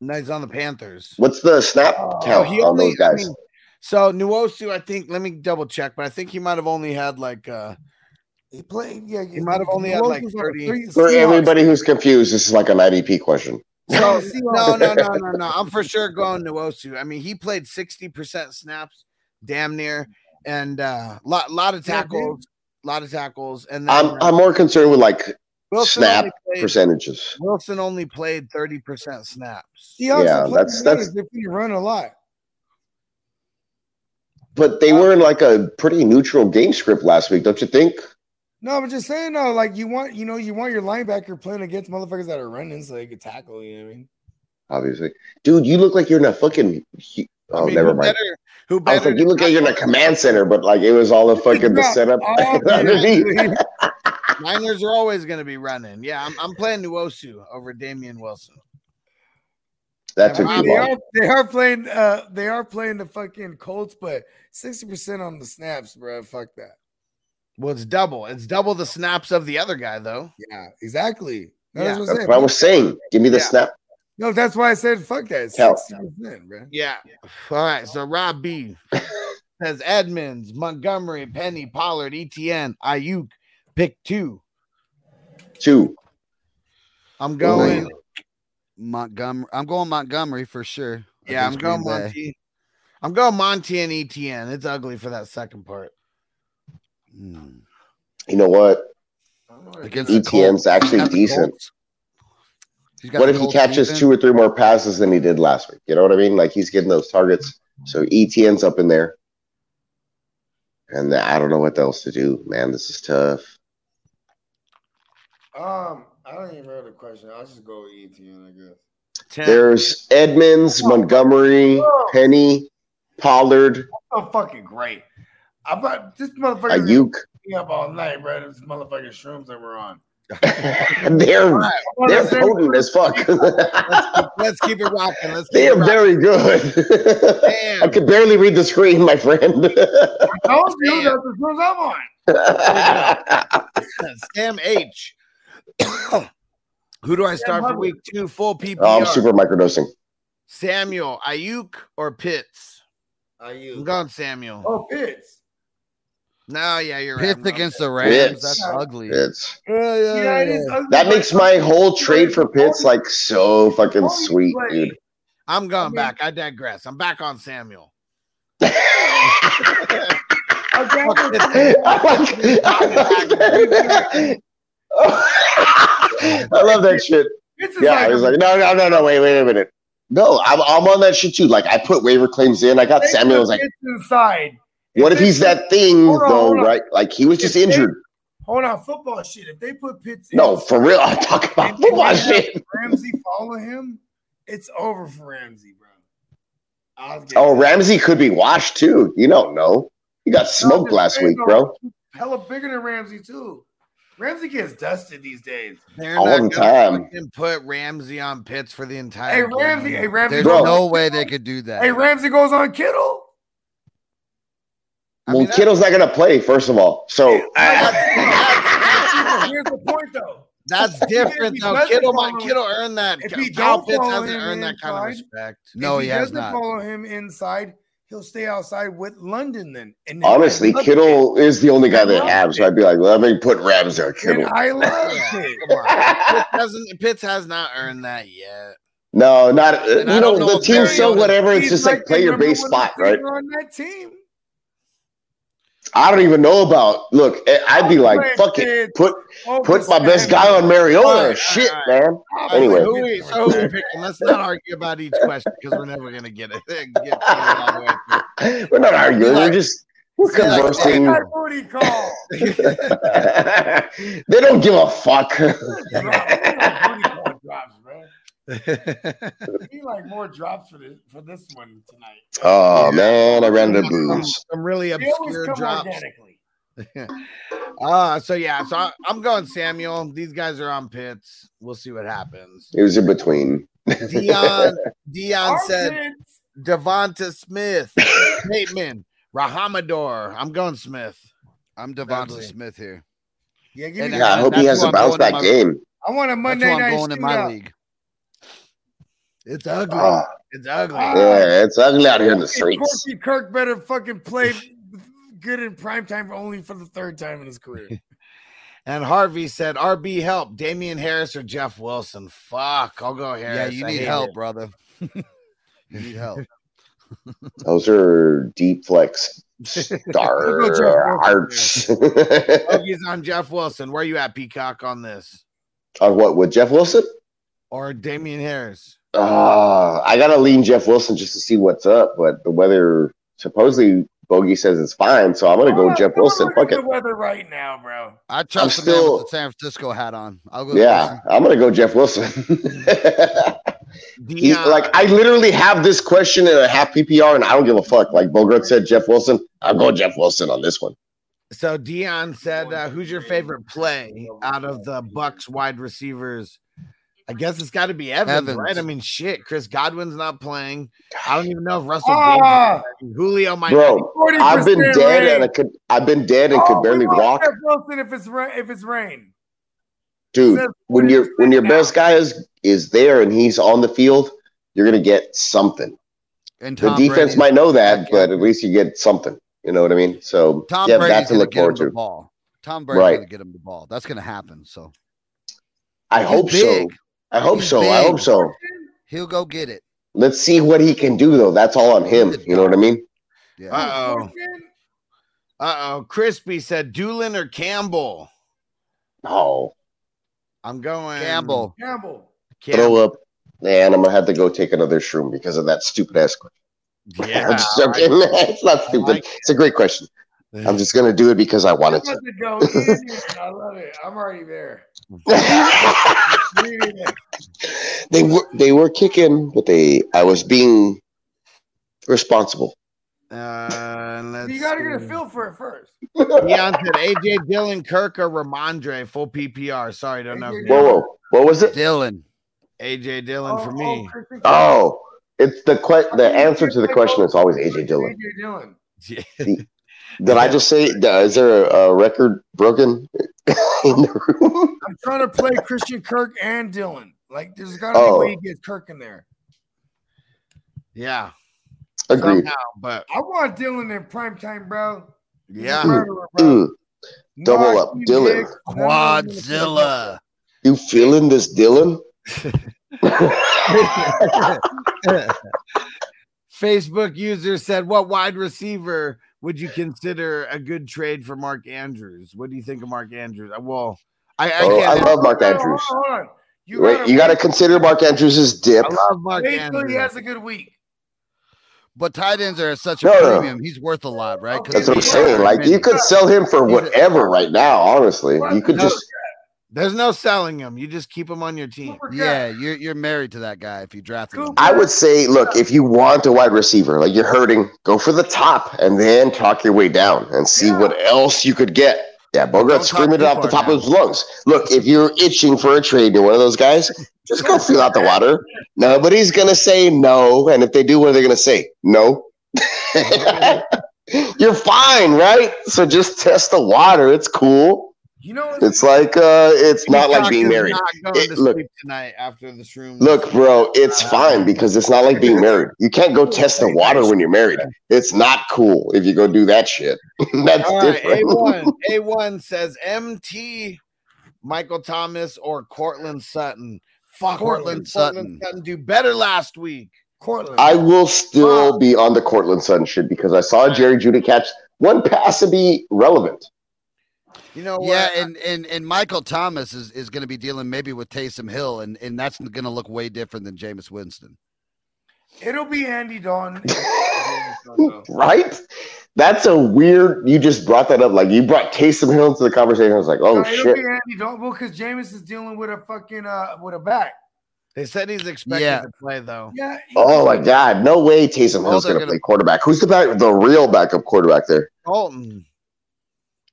No, he's on the Panthers. What's the snap count Oh, he on only- those guys? I mean, so Nuosu, I think. Let me double check, but I think he might have only had like uh He played. Yeah, he might have only had, like, 30. For everybody who's confused, this is like an IDP question. So no, no, no, no, no. I'm for sure going Nwosu. I mean, he played 60% snaps, damn near, and uh lot lot of tackles, lot of tackles, and then I'm I'm more concerned with like Wilson snap only played- percentages. Wilson only played 30% snaps. Yeah, that's that's. If you run a lot, But Uh, they were in like a pretty neutral game script last week, don't you think? no, I'm just saying though, like you want, you know, you want your linebacker playing against motherfuckers that are running so they could tackle. You know what I mean? Obviously, dude, you look like you're in a fucking. he- Oh, I mean, never who mind. better? Who I was better? like, you look like you're in a command center, but like it was all the fucking the Yeah. setup Oh, underneath. Niners are always going to be running. Yeah, I'm, I'm playing Nwosu over Damian Wilson. That I took mean, too they long. are they are playing uh they are playing the fucking Colts, but sixty percent on the snaps, bro. Fuck that. Well, it's double. It's double the snaps of the other guy, though. Yeah, exactly. No, Yeah. that's what I'm That's saying. what I was saying. Give me the Yeah. snap. No, that's why I said fuck that. Hell. Sixty percent, bro. Yeah. All right. So Rob B says Edmonds, Montgomery, Penny, Pollard, ETN, Ayuk, pick two. Two. I'm Going going. Montgomery. I'm going Montgomery for sure. Yeah, I'm against going Green Bay. Monty. I'm going Monty and ETN. It's ugly for that second part. Mm. You know what? Against the ETN's Colts. He's actually got the decent. Colts. He's got What the if he Colts catches defense. two or three more passes than he did last week? You know what I mean? Like he's getting those targets. So ETN's up in there. And I don't know what else to do, man. This is tough. Um, I don't even remember the question. I'll just go with ETN, I guess. There's Edmonds, Montgomery, Penny, Pollard, Oh, fucking great. I bought this motherfucker Ayuk. me up all night, bro. This motherfucking shrooms that we're on. They're they're potent as fuck. Let's keep it rocking. Let's they keep it are rocking. very good. I Damn. could barely read the screen, my friend. Those Damn. dudes are the shrooms I'm on. Oh, Sam H. Who do I start for week two? Full PPR. Oh, I'm super microdosing. Samuel, Ayuk, or Pitts? Are I'm you? going Samuel. Oh, Pitts. No, yeah, you're right. Pitts I'm going against the Rams. Pitts. That's ugly. It's Yeah, yeah, Yeah, it yeah. is ugly, that but makes my whole trade for Pitts like so fucking Tony sweet, played. dude. I'm I going mean- back. I digress. I'm back on Samuel. I'm down with Fuck that. I like- I like- I love that shit. Pitts is Yeah, I was like, like, no, no, no, no, wait, wait a minute. No, I'm, I'm on that shit too. Like, I put waiver claims in. I got Samuel. I was like, Pitts inside. what if he's that thing Hold on, though, hold on. right? Like, he was just If they- injured. Hold on, football shit. If they put Pitts No, inside, for real. I'm talking about if they football let shit. Ramsey follow him, it's over for Ramsey, bro. I'll get Oh, it. Ramsey could be washed too. You don't know. He got smoked last week, bro. Hella bigger than Ramsey too. Ramsey gets dusted these days. They're All not the gonna time. fucking put Ramsey on Pitts for the entire. Hey game. Ramsey, hey Ramsey, There's Bro. no way they could do that. hey Ramsey goes on Kittle. well, Kittle's not going to play, first of all. So Here's the point, though. That's If different, he though. doesn't Kittle, might, follow- Kittle earned that. if he Kyle don't Pitts follow hasn't him earned that kind of inside, respect. No, if he he, has doesn't not. follow him inside, he'll stay outside with London then. And then honestly, I love Kittle is the only guy I that love have. So I'd be like, let me put Rams there, it. And Kittle. I love it. Come on. Pitts, hasn't, Pitts has not earned that yet. No, not uh, you And I know, don't know the if team's so Mariota- whatever. It's He's just like the play your number base one spot, right? receiver On that team. I don't even know about. Look, I- I'd be like, Right, fuck it, kid. put Over put my best guy on All Mariota. right, Shit, all man. All right, Anyway, who we, so who we picking? Let's not argue about each question because we're never gonna get it. Get it all the way through. we're not arguing. We're just we're See, like, conversing. That booty call. they don't give a fuck. Booty call drops, bro. We need like more drops for this for this one tonight. oh man, I ran out of booze. Some really They always obscure come drops. organically. Uh, so yeah, so I, I'm going Samuel. These guys are on pits. We'll see what happens. It was in between. Dion Dion Our said kids- Devonta Smith, Bateman, Rahamador. I'm going Smith. I'm Lovely. Devonta Smith here. Yeah, give me And Yeah, I that- hope he that's has who a I'm bounce going in back my- game. I want a That's who Monday I'm night going in my shootout. league. It's ugly. Oh, It's ugly. yeah, it's ugly out here in the Hey, streets. Corky Kirk better fucking play good in prime time only for the third time in his career. And Harvey said, "RB help, Damian Harris or Jeff Wilson." Fuck, I'll go Yeah, Harris. you I need hate help, it. brother. you need help. Those are deep flex Jeff Wilson. star arts. Boogie's on Jeff Wilson. Where you at, Peacock? On this On what with Jeff Wilson? or Damian Harris? Uh, I gotta lean Jeff Wilson just to see what's up, but the weather supposedly Bogey says it's fine, so I'm gonna go Oh, Jeff I'm Wilson. looking Fuck at it. The weather right now, bro. I trust the man still- with the San Francisco hat on. I'll go. Yeah, I'm gonna go Jeff Wilson. He- Deion- like I literally have this question in a half PPR, and I don't give a fuck. Like Bogart said, Jeff Wilson. I'm going Jeff Wilson on this one. So Dion said, uh, "Who's your favorite play out of the Bucks wide receivers?" I guess it's got to be Evans, Evans. right? I mean, shit, Chris Godwin's not playing. I don't even know if Russell Ah, Gage, Julio might. Bro, 40% I've been dead rain. and I could I've been dead and Oh, could we barely want walk. Jeff Wilson, if it's ra- if it's rain, Dude, says when your 40% when your now. best guy is is there and he's on the field, you're gonna get something. And The Tom defense Brady's- might know that, back but out. at least you get something. You know what I mean? So Tom yeah, Brady's that to gonna look get him forward the to. ball. Tom Brady's Right. gonna get him the ball. That's gonna happen. So I hope so. big. I hope He's so. I big. hope so. he'll go get it. Let's see what he can do though. That's all on him. You know what I mean? Yeah. Uh oh. Uh oh. Crispy said, "Doolin or Campbell." Oh, I'm going Campbell. Campbell. throw up. Man, I'm gonna have to go take another shroom because of that stupid ass question. Yeah, I'm just joking. it's not stupid. like it's a great question. I'm just gonna do it because I I'm wanted about to. to go in. I love it. I'm already there. Reading it. they were they were kicking, but they I was being responsible. Uh, let's You gotta get a see. feel for it first. Deion said AJ Dillon, Kirk, or Ramondre, full PPR. Sorry, don't know. if AJ you- Whoa, whoa, what was it? Dylan. AJ Dillon Oh, for oh, me. Christian Kirk. Oh, it's the que- the answer to the question is always AJ Dillon. AJ Dillon. Did I just say? Is there a, a record broken in the room? I'm trying to play Christian Kirk and Dillon. Like, there's gotta Oh. be a way to get Kirk in there. Yeah, Agreed. somehow, but I want Dillon in prime time, bro. He's a yeah, murderer, bro. Mm, double Nah, up, he Dillon. mixed. Nah, I'm gonna put him up. Quadzilla. you feeling this, Dylan? Facebook user said, "What wide receiver would you consider a good trade for Mark Andrews? What do you think of Mark Andrews? Uh, Well, I, I, Oh, I can't, I, love Mark Hold on, Andrews. Hold on, hold on. You Wait, gotta, you got to consider Mark Andrews' dip. love Mark wait till he Andrews. has a good week. But tight ends are at such a No, no. premium. He's worth a lot, right? 'Cause That's what I'm he's- saying. Like you could sell him for whatever right now. Honestly, you could just There's no selling him. You just keep him on your team. Cooper Cup. Yeah, you're you're married to that guy if you draft him. Cooper I would say, look, if you want a wide receiver, like you're hurting, go for the top and then talk your way down and see what else you could get. Yeah, Don't Bogart's screaming it talk too off the far top of his lungs. Look, if you're itching for a trade, you're one of those guys, just go feel out the water. Nobody's going to say no. And if they do, what are they going to say? No. You're fine, right? So just test the water. It's cool. You know, it's like uh, it's not like being married. Not going It, to look, sleep tonight after this room. Look, bro, uh, it's fine because it's not like being married. You can't go test the water when you're married. It's not cool if you go do that shit. That's All right, different. A1, A1 says MT Michael Thomas or Cortland Sutton. Fuck Cortland, Cortland Sutton. Sutton do better last week. Cortland. I will still be on the Cortland Sutton shit because I saw Jerry Judy catch one pass and be relevant. You know Yeah, and, and and Michael Thomas is, is going to be dealing maybe with Taysom Hill, and, and that's going to look way different than Jameis Winston. It'll be Andy Don. Right? That's a weird. You just brought that up. Like you brought Taysom Hill into the conversation. I was like, oh No, it'll shit. be Andy Don. Well, because Jameis is dealing with a fucking uh with a back. They said he's expected Yeah. to play though. Yeah. Oh my god, no way Taysom Hill's they're gonna, gonna- play quarterback. Who's the back the real backup quarterback there? Colton.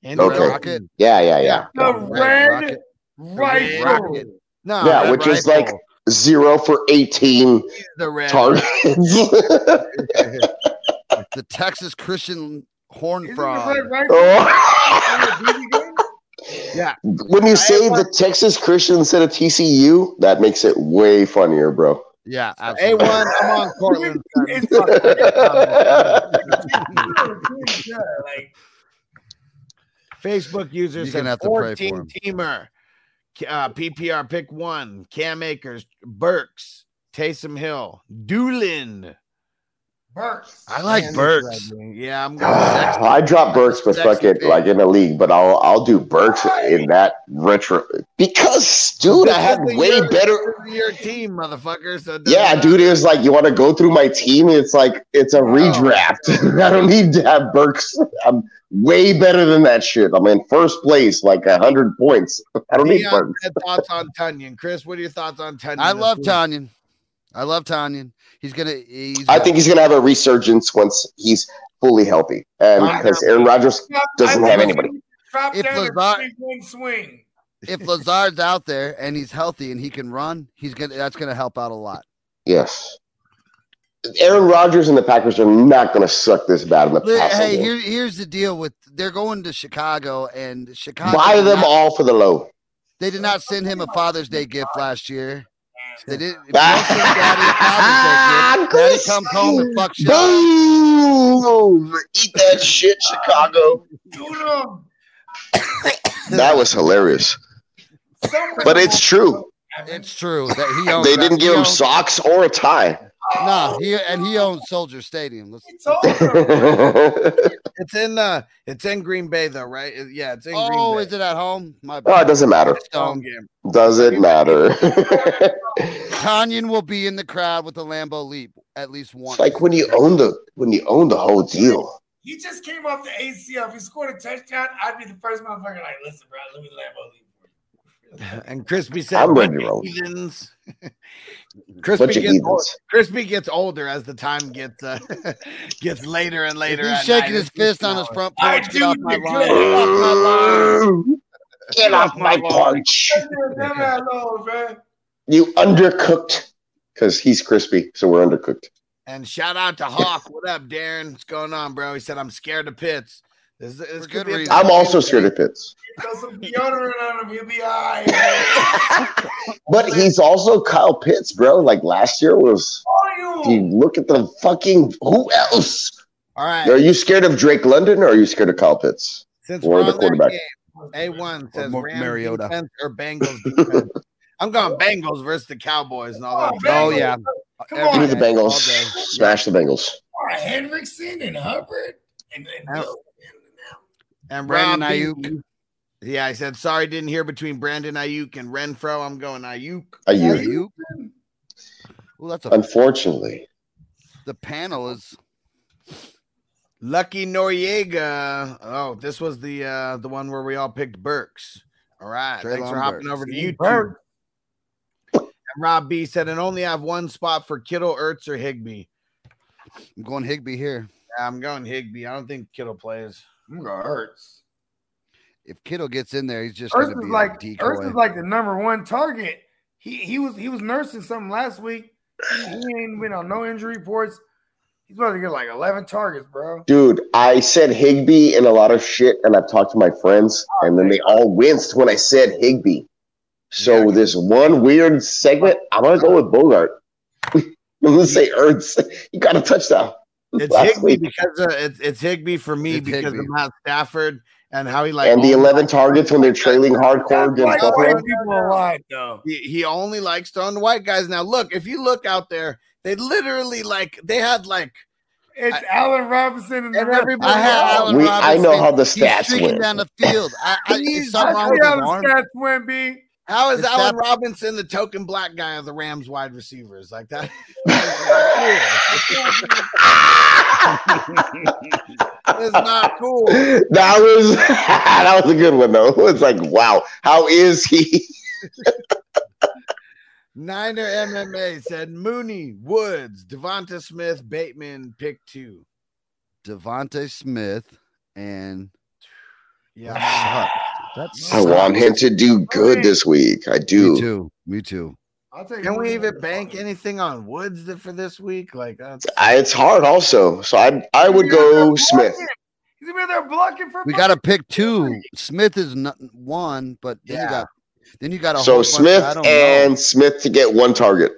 And Okay. Rocket. Yeah, yeah, yeah. The red, Rocket. rifle. Rocket. No, yeah, that which is rifle. like zero for eighteen the red. targets. The Texas Christian Horn Isn't Frog. the red rifle? Oh. Yeah. when you say the Texas Christian instead of TCU, that makes it way funnier, bro. Yeah, A one. I'm on Cortland. Sutton. Facebook user You're says gonna have to pray for 14 teamer. Uh, PPR pick one. Cam Akers, Burks, Taysom Hill, Doolin. Burks. I like Burks. Yeah, I'm going I drop Burks, but fuck it, like in the league. But I'll I'll do Burks in that retro because, dude, I had way better. your team, motherfucker. So it doesn't Yeah, matter. dude, it was like you want to go through my team. It's like it's a redraft. I don't need to have Burks. I'm way better than that shit. I'm in first place, like hundred points. I don't need Dion Burks. uh, had thoughts on Tunyon. Chris, what are your thoughts on Tunyon? I love this week? Tanyan. I love Tanyan. He's gonna. He's I think he's gonna have a resurgence once he's fully healthy, and because Aaron Rodgers doesn't have anybody. Drop If down Lazar- and one swing. if Lazard's out there and he's healthy and he can run, he's gonna. That's gonna help out a lot. Yes. Aaron Rodgers and the Packers are not going to suck this bad in the Li- past. Hey, here, here's the deal with they're going to Chicago and Chicago. Buy did them not- all for the low. They did not send him a Father's Day gift last year. They didn't. if you don't send Daddy a Father's Day gift, Daddy comes home and fucks you up. Boom! Eat that shit, Chicago. That was hilarious. But it's true. It's true that he owns. They that. didn't He give him owns- socks or a tie. Nah, he and he owns Soldier Stadium. Let's, oh, It's in uh, it's in Green Bay though, right? It- yeah, it's in oh, Green is Bay. it at home? My it doesn't matter. It's home. game. Doesn't matter. Tanyan will be in the crowd with the Lambo Leap at least once. it's like when you own the when you own the whole deal. He just came off the ACL. If he scored a touchdown, I'd be the first motherfucker like, listen, bro, let me Lambo leave. And Crispy said, I'm ready to roll. Heathens. Bunch Crispy of gets, old, heathens. Crispy gets older as the time gets uh, gets later and later. He's at shaking night. his fist on his front porch. Get off my lawn. Get off my porch. Hello, man. You undercooked because he's crispy, so we're undercooked. And shout out to Hawk. What up, Darren? What's going on, bro? He said, I'm scared of pits. This, this could be a- I'm also scared of Pitts, Throw some deodorant on him. He'll be all right. man. but he's also Kyle Pitts, bro. Like last year was. Are You you? look at the fucking who else? All right. Are you scared of Drake London or are you scared of Kyle Pitts Since or we're the on that quarterback? game, A1 says Mark Rams Mariota. defense or Bengals defense. I'm going Bengals versus the Cowboys and all that. Oh yeah, Come Every Give me on. the day, all Bengals. day. Smash the Bengals. Are Henriksen and Hubbard and, and Out. And Brandon Rob Ayuk. B. Yeah, I said sorry. Didn't hear between Brandon Ayuk and Renfro. I'm going Ayuk. Are you? Ayuk. Well, that's a, Unfortunately, the panel is Lucky Noriega. Oh, this was the uh the one where we all picked Burks. All right, Traylon thanks for hopping Burks. over to YouTube. Burks. And Rob B said, and only have one spot for Kittle, Ertz, or Higby. I'm going Higby here. Yeah, I'm going Higby. I don't think Kittle plays. I'm gonna hurts. If Kittle gets in there, he's just Earth going to is be like a decoy. Earth is like the number one target. He he was he was nursing something last week. He, he ain't been on no injury reports. He's about to get like 11 targets, bro. Dude, I said Higby and a lot of shit, and I've talked to my friends, and then they all winced when I said Higby. So this one weird segment, I'm gonna go with Bogart. I'm gonna say Ertz. You got a touchdown. It's last Higby week. because of, it's, it's Higby for me because of Matt Stafford and how he like and the oh only 11 targets when they're trailing hardcore That's against why Buffalo. white people alive, though. He, he only likes stoned white guys. Now look, if you look out there, they literally like they had like it's Allen Robinson and, and everybody. I had Allen We- I Robinson. know how the He's stats streaking went. down the field. I, I, is something wrong Oh, I with see how his the arm? stats went, B. How is It's Allen that- Robinson the token black guy of the Rams wide receivers like that? it's not cool. That was that was a good one though. It's like, wow, how is he? Niner MMA said Mooney, Woods, Devonta Smith, Bateman, pick two. Devontae Smith and Yeah, that's I want him to do good this week. I me do. too. Me too. I'll take Can we even bank anything on Woods th- for this week? Like uh, that's I, it's hard also. So I I would go Smith. He's been there blocking for We got to pick two. Smith is not one, but then you got then you got a whole So bunch- Smith I don't know. and Smith to get one target.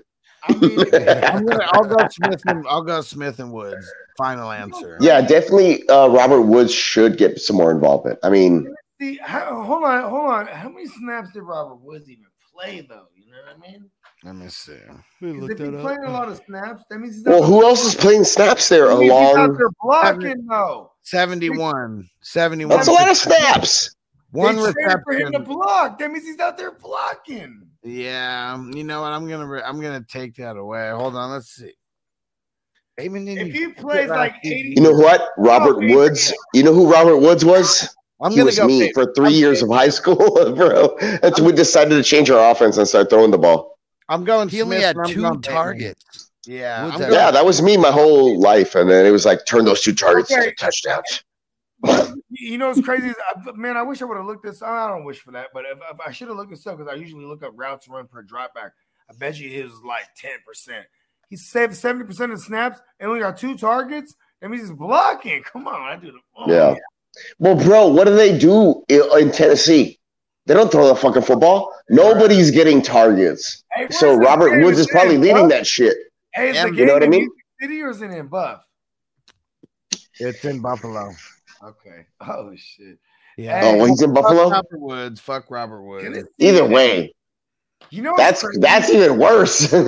I'm gonna, I'll go Smith and I'll go Smith and Woods. Final answer. Yeah, definitely uh, Robert Woods should get some more involvement. I mean, See, how, hold on, hold on. How many snaps did Robert Woods even play though? You know what I mean? Let me see. 'Cause if he's playing a lot of snaps, that means he's well, out- who else is playing snaps there that means he's out along? there blocking uh, though. 71. 71. That's a lot of snaps. One they traded for him to reception. block. That means he's out there blocking. Yeah, um, you know what? I'm gonna re- I'm gonna take that away. Hold on, let's see. Bateman didn't If even he plays get like last season. eighty, You know what? Robert Woods. You know who Robert Woods was? I'm He gonna was go me Bateman. for three years of high school, bro. That's when we decided to change our offense and start throwing the ball. I'm going. He only Smith had and I'm two going Bateman. targets. Yeah, Woods I'm had- going- Yeah, that was me my whole life, and then it was like turn those two targets into touchdowns. you know what's crazy? Is, I- man, I wish I would have looked this. I don't wish for that, but if, if I should have looked this up because I usually look up routes run per dropback. I bet you his was like ten percent. He saved seventy percent of snaps and only got two targets. That means he's blocking. Come on, I do the. oh, Yeah. Well, bro, what do they do i- in Tennessee? They don't throw the fucking football. Nobody's getting targets. Hey, where's So the Robert game Woods is today, probably bro? leading that shit. Hey, is Yeah, the you game know what I in mean? Music City or is it in Buff? It's in Buffalo. Okay. Oh shit. Yeah. Oh, well, he's in Buffalo. Fuck Robert Woods. Fuck Robert Woods. Either way, You know what's that's crazy? that's even worse. All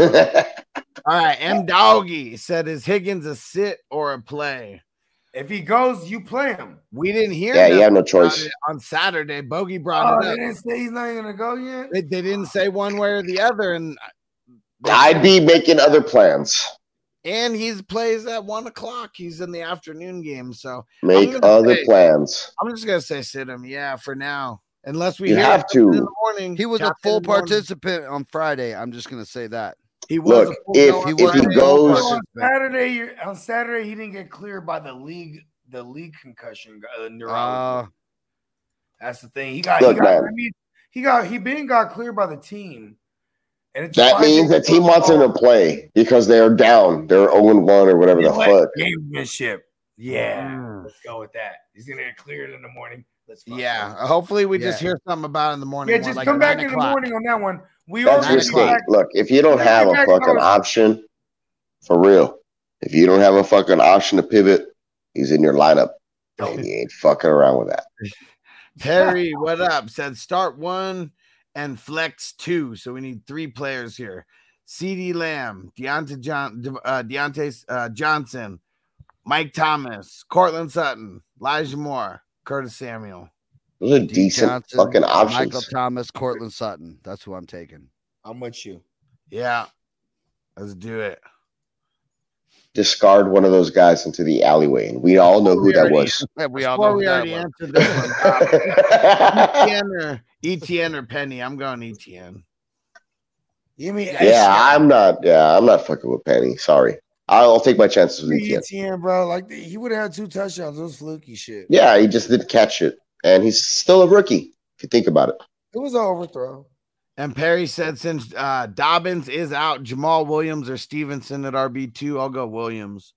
right. M Doggy said, "Is Higgins a sit or a play?" if he goes, you play him. We didn't hear. yeah, you nothing have no about choice. it on Saturday. Bogey Oh, Uh, brought they it up. didn't say he's not even gonna go yet. They, they didn't say one way or the other, and I'd be making other plans. and he plays at one o'clock. He's in the afternoon game, so Make gonna other say- plans. I'm just gonna say sit him. Yeah, for now, unless we You hear have something to. In the morning, He was a Captain full in the morning. participant on Friday. I'm just gonna say that. He Look, was. a full if participant. he if was he a full goes, on Saturday, you're- on Saturday, he didn't get cleared by the league, the league concussion uh, neurology. Uh, That's the thing. He got. Oh. Look, he got man. I mean, he got. He been got cleared by the team, and it's that five means the days team wants him to play because they are down. They're 0 1 or whatever the before fuck. Gamesmanship. Yeah, Mm. let's go with that. He's gonna get cleared in the morning. Let's. fuck Yeah, it. hopefully we just Yeah. hear something about it in the morning. Yeah, just like come back nine in the o'clock. morning on that one. We That's already your Nine o'clock. state. back. Look, if you don't have a Back fucking doors. option, for real, if you don't have a fucking option to pivot, he's in your lineup. And you ain't fucking around with that. Terry, what up? Said start one and flex two. So we need three players here. CD Lamb, Deontay, John, De- uh, Deontay uh, Johnson, Mike Thomas, Cortland Sutton, Elijah Moore, Curtis Samuel. Those are Dee decent Johnson, fucking options. Michael Thomas, Cortland Sutton. That's who I'm taking. I'm with you. Yeah, let's do it. Discard one of those guys into the alleyway, and we all know who that was. Yeah, we all Well, know we who that already was. answered this one. ETN, E or, ETN or Penny? I'm going E ETN. Give me yeah, I'm not. Yeah, I'm not fucking with Penny. Sorry, I'll take my chances with Free Etienne. ETN, E bro. Like he would have had two touchdowns. It was fluky shit. Yeah, he just didn't catch it, and he's still a rookie. If you think about it, It was an overthrow. And Perry said since uh, Dobbins is out, Jamal Williams or Stevenson at RB2, I'll go Williams.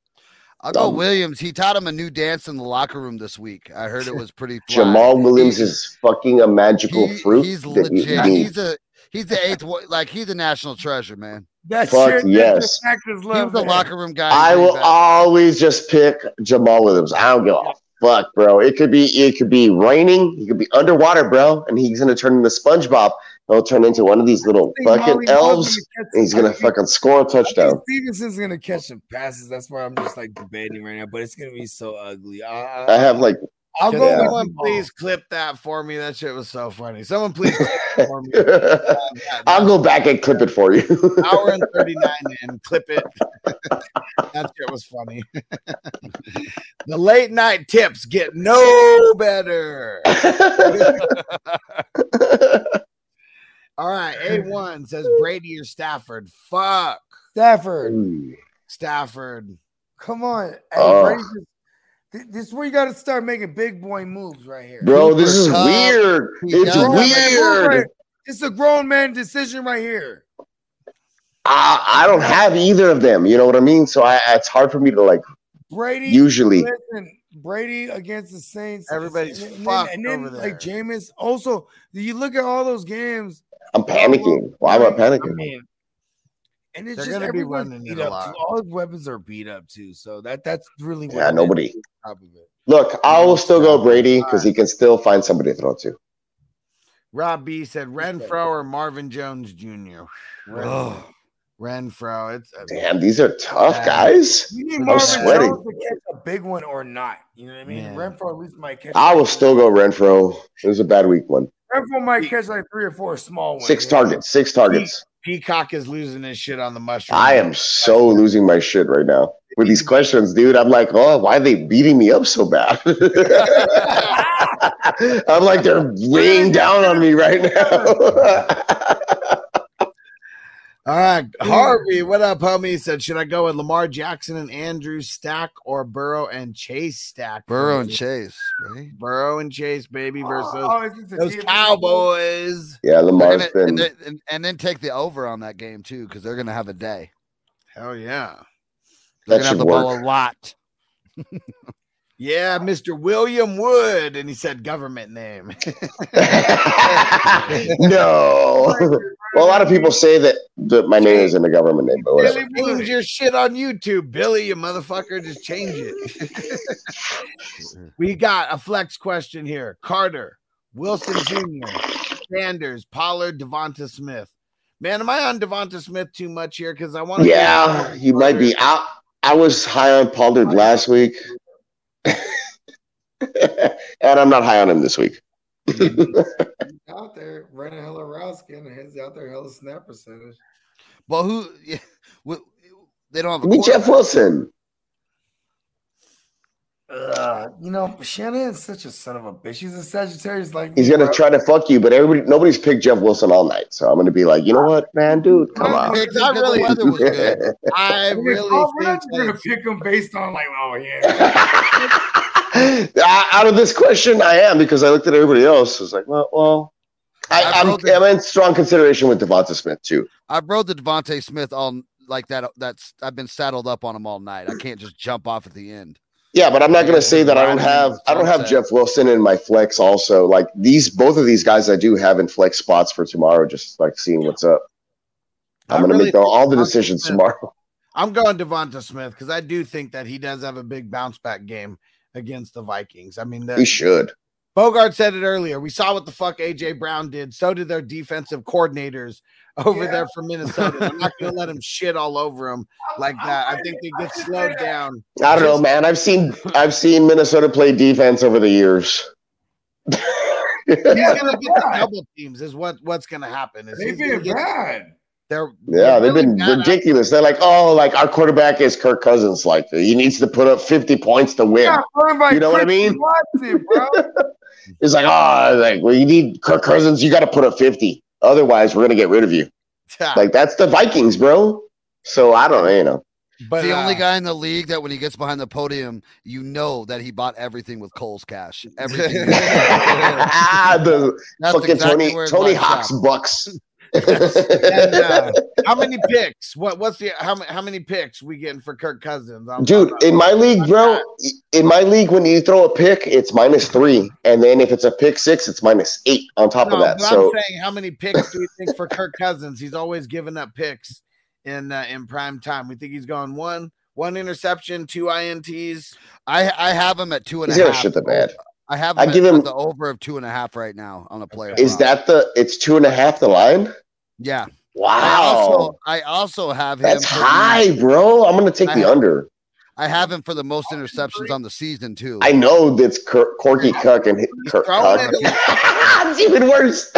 I'll go Williams. He taught him a new dance in the locker room this week. I heard it was pretty. fly. Jamal Williams is fucking a magical fruit He's that you legit. need. He's a he's the eighth. one- Like he's a national treasure, man. That Fuck shit is yes. He was the locker room guy. I will always just pick Jamal Williams. I don't give a fuck, bro. It could be it could be raining, he could be underwater, bro, and he's gonna turn into SpongeBob. He'll turn into one of these I little think Molly fucking elves, Holly gets- and he's gonna fucking score a touchdown. Stevenson's gonna catch some passes. That's why I'm just like debating right now. But it's gonna be so ugly. I, I have like I'll Can go with someone Jamal. please clip that for me? That shit was so funny. Someone please clip it for me. I'll go back and clip it for you. Hour and 39 in, clip it. that shit was funny. the late night tips get no better. All right, A1 says Brady or Stafford. Fuck. Stafford. Stafford. Come on. Hey, Oh. Ugh. Brady just- th- this is where you got to start making big boy moves right here. Bro, this is Cooper Kupp. weird. He It's does. weird. Like, It's a grown man decision right here. I, I don't have either of them. You know what I mean? So I, it's hard for me to like. Brady Usually. listen, Brady against the Saints. Everybody's and, fucked and then, over there. Like Jameis. Also, you look at all those games, I'm panicking. Why am I panicking? and it's They're just gonna be everyone's running it beat a up. lot. Too. All his weapons are beat up too. So that that's really what Yeah, it is. nobody. Look, I will still go Brady because he can still find somebody to throw to. Rob B said Renfro or Marvin Jones Jr. Renfro. Ugh. Renfro. It's Damn, these are tough guys. You need I'm Marvin Jones sweating. to catch a big one or not. You know what I mean? Renfro at least might catch. I will still go Renfro. It was a bad week one. Renfro might catch like three or four small ones. Six targets. Six targets. Peacock is losing his shit on the mushroom. I am so losing my shit right now with these questions, dude. I'm like, oh, why are they beating me up so bad? I'm like, they're weighing down on me right now. All right, Harvey, what up, homie? He said, should I go with Lamar Jackson and Andrew Stack or Burrow and Chase Stack? Burrow and Chase, right? Burrow and Chase, baby, versus oh, is this a those deal? Cowboys. yeah, Lamar's They're gonna- been. and, then- and, and then take the over on that game too, because they're going to have a day. Hell yeah. They're That going to have should the ball work. a lot. Yeah, Mr. William Wood. And he said government name. no. well, a lot of people say that, that my name is in the government name, but whatever. Billy Change your shit on YouTube, Billy, you motherfucker. Just change it. we got a flex question here. Carter, Wilson Jr., Sanders, Pollard, Devonta Smith. Man, am I on Devonta Smith too much here? Because I want to. Yeah, he might be out. I was high on Pollard last week, and I'm not high on him this week. out there running hella routes, getting his out there hella snap percentage. But who? Yeah, we, they don't have a Meet Jeff quarterback. Wilson. Ugh, you know, Shannon is such a son of a bitch. She's a Sagittarius, like He's gonna try to fuck you, but everybody, nobody's picked Jeff Wilson all night. So I'm gonna be like, you know what, man, dude, come on. Because the weather was good. I really think oh, we're gonna pick him based on like, oh yeah, I- Out of this question, I am because I looked at everybody else. I was like, well, well I, I I'm, wrote the- I'm in strong consideration with Devonta Smith too. I rode the Devonte Smith all like that. That's I've been saddled up on him all night. I can't just jump off at the end. Yeah, but I'm not gonna say that I don't have I don't have Jeff Wilson in my flex. Also, like these, both of these guys, I do have in flex spots for tomorrow. Just like seeing what's up. I'm gonna really make the, think all the Devonta decisions Smith- tomorrow. I'm going Devonta Smith because I do think that he does have a big bounce back game against the Vikings. I mean, We the, should. Bogart said it earlier. We saw what the fuck AJ Brown did. So did their defensive coordinators over Yeah. there from Minnesota. I'm not gonna let him shit all over him like that. I think they get slowed down. I don't know, man. I've seen I've seen Minnesota play defense over the years. He's gonna get the double teams. Is what what's gonna happen? Is they've he's gonna been get- bad. They're Yeah, they've been bad. ridiculous. They're like, oh, like our quarterback is Kirk Cousins. Like he needs to put up 50 points to win. Got run by You know what I Christian mean? Watson, bro. It's like, oh, like well, you need Kirk Cousins. You got to put up 50. Otherwise, we're gonna get rid of you. Like that's the Vikings, bro. So I don't, you know. But uh, the uh, only guy in the league that when he gets behind the podium, you know that he bought everything with Cole's cash. Everything. the That's fucking exactly Tony where it Ah, Tony lights Hawk's up. Bucks. And, uh, how many picks? What what's the how many how many picks we getting for Kirk Cousins? I'm- Dude, in my league, bro, in my league, when you throw a pick, it's minus three, and then if it's a pick six, it's minus eight on top No, of that. but So I'm saying, how many picks do we think for Kirk Cousins? He's always giving up picks in uh, in prime time. We think he's gone one one interception, two ints. I I have him at two and a he's half. gonna shit the bed. I have I him at- give at him- the over of two and a half right now on a player. Is prop. that the? It's two and a half the line. yeah? I Wow, also, I also have him. that's for the- high, bro. I'm gonna take I the have- under. I have him for the most interceptions on the season too. I know that's Cor- Corky Cuck and Kirk Cuck. it's even worse.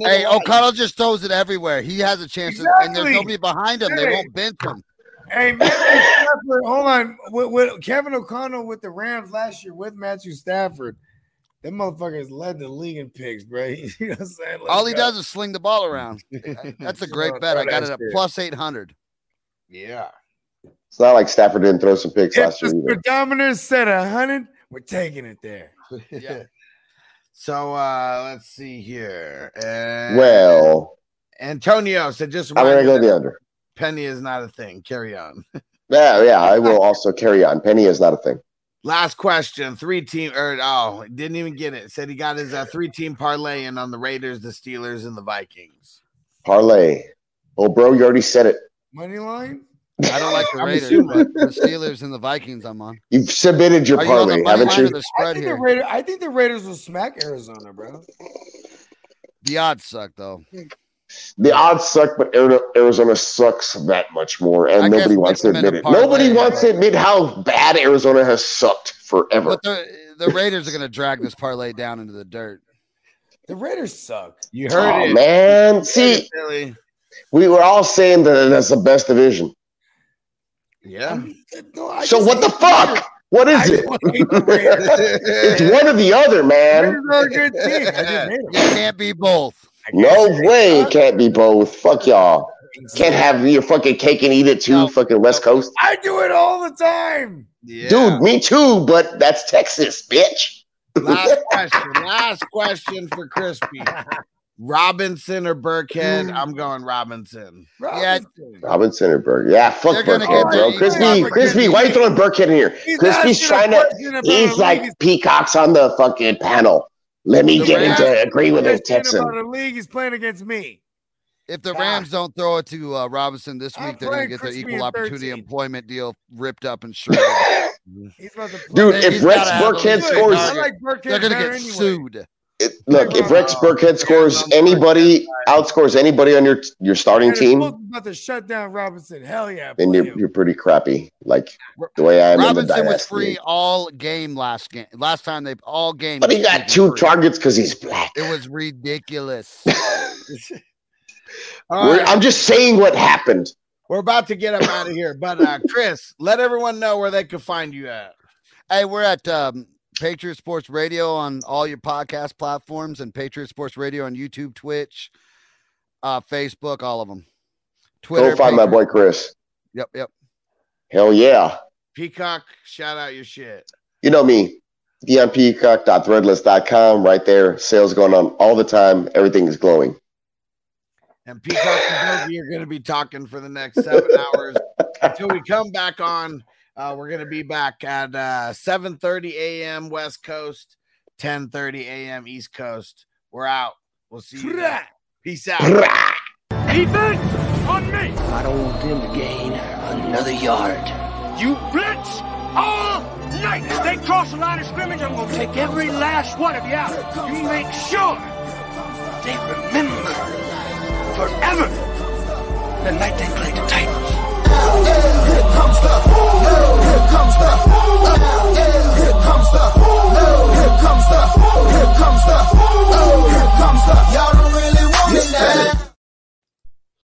hey, O'Connell just throws it everywhere. He has a chance, to- and there's Exactly. nobody behind him. They Hey. won't bench him. Hey, Matthew Stafford, hold on. With, with Kevin O'Connell with the Rams last year with Matthew Stafford, them motherfuckers led the league in picks, bro. You know what I'm saying? Let's All he go. does is sling the ball around. That's a great Throw bet. I got that it at shit. plus eight hundred. Yeah. It's not like Stafford didn't throw some picks If last the year either. speedometer said a hundred, we're taking it there. Yeah. So uh let's see here. And Well, Antonio said just I'm gonna one go the under. penny is not a thing. Carry on. Yeah, yeah. I will also carry on. Penny is not a thing. Last question. Three team or oh, didn't even get it. Said he got his uh, three team parlay in on the Raiders, the Steelers, and the Vikings. Parlay. Oh, bro, you already said it. Money line? I don't like the I'm Raiders, assuming. but the Steelers and the Vikings. I'm on. You've submitted your Are you on the parlay, money haven't line or you? the I spread think the, here? Raider, I think the Raiders will smack Arizona, bro. The odds suck though. The odds suck, but Ari- Arizona sucks that much more, and I guess nobody wants to mix 'em in admit a it. Nobody parlay. wants to admit how bad Arizona has sucked forever. But the the Raiders are going to drag this parlay down into the dirt. The Raiders suck. You heard Oh it. man, see, Really? we were all saying that that's the best division. Yeah. No, I So just what the hate fuck? What is it? Raiders. I hate the Raiders. It's one or the other, man. Raiders are a good team. I just hate You 'em. can't be both. No way it can't be both. Fuck y'all. Can't have your fucking cake and eat it too, fucking West Coast. I do it all the time. Yeah. Dude, me too, but that's Texas, bitch. Last question. Last question for Crispy. Robinson or Mm. Burkhead? I'm going Robinson. Yeah, Robinson or Burke. Yeah, They're fuck gonna Burkhead, get bro. the- Crispy, Robert Crispy, Kennedy. why you throwing Burkhead in here? He's Crispy's asking a trying to, question about he's a league. like peacocks on the fucking panel. Let me The get him to Rams- agree with him, He's asking Texan. about a league. He's playing against me. if the Rams don't throw it to uh, Robinson this I'm week, they're going to playing get their Crispy equal in opportunity 13. employment deal ripped up and shredded. He's about to play. Dude, Hey, if he's Rex gotta have a Burkhead lead. scores, I like Burkhead they're going to better get anyway. sued. it- look, if Rex Burkhead scores anybody, outscores anybody on your your starting And the Colts team, is about to shut down Robinson. Hell yeah. then play you're, him. you're pretty crappy. Like the way I am in the Robinson was dynasty. free all game last game. Last time they all game. But he was got freaking two free. targets because he's black. It was ridiculous. All We're- right, I'm just saying what happened. we're about to get him out of here. But uh, Chris, let everyone know where they can find you at. hey, we're at um, Patriot Sports Radio on all your podcast platforms and Patriot Sports Radio on YouTube, Twitch, uh, Facebook, all of them. Twitter. Go find my Patriot- boy Chris. Yep, yep. Hell yeah. Peacock, shout out your shit. you know me, dionpeacock.threadless.com, right there. Sales going on all the time. Everything is glowing. And Peacock and Bogey are going to be talking for the next seven hours until we come back on. Uh, we're going to be back at uh, 7.30 a.m. West Coast, 10.30 a.m. East Coast. We're out. We'll see you. then. Peace out. Defense on me. I don't want them to gain another yard. You blitz all night. If they cross the line of scrimmage, I'm going to take every last one of you out. You make sure they remember forever the night they played the Titans. Here comes the, here comes the. oh,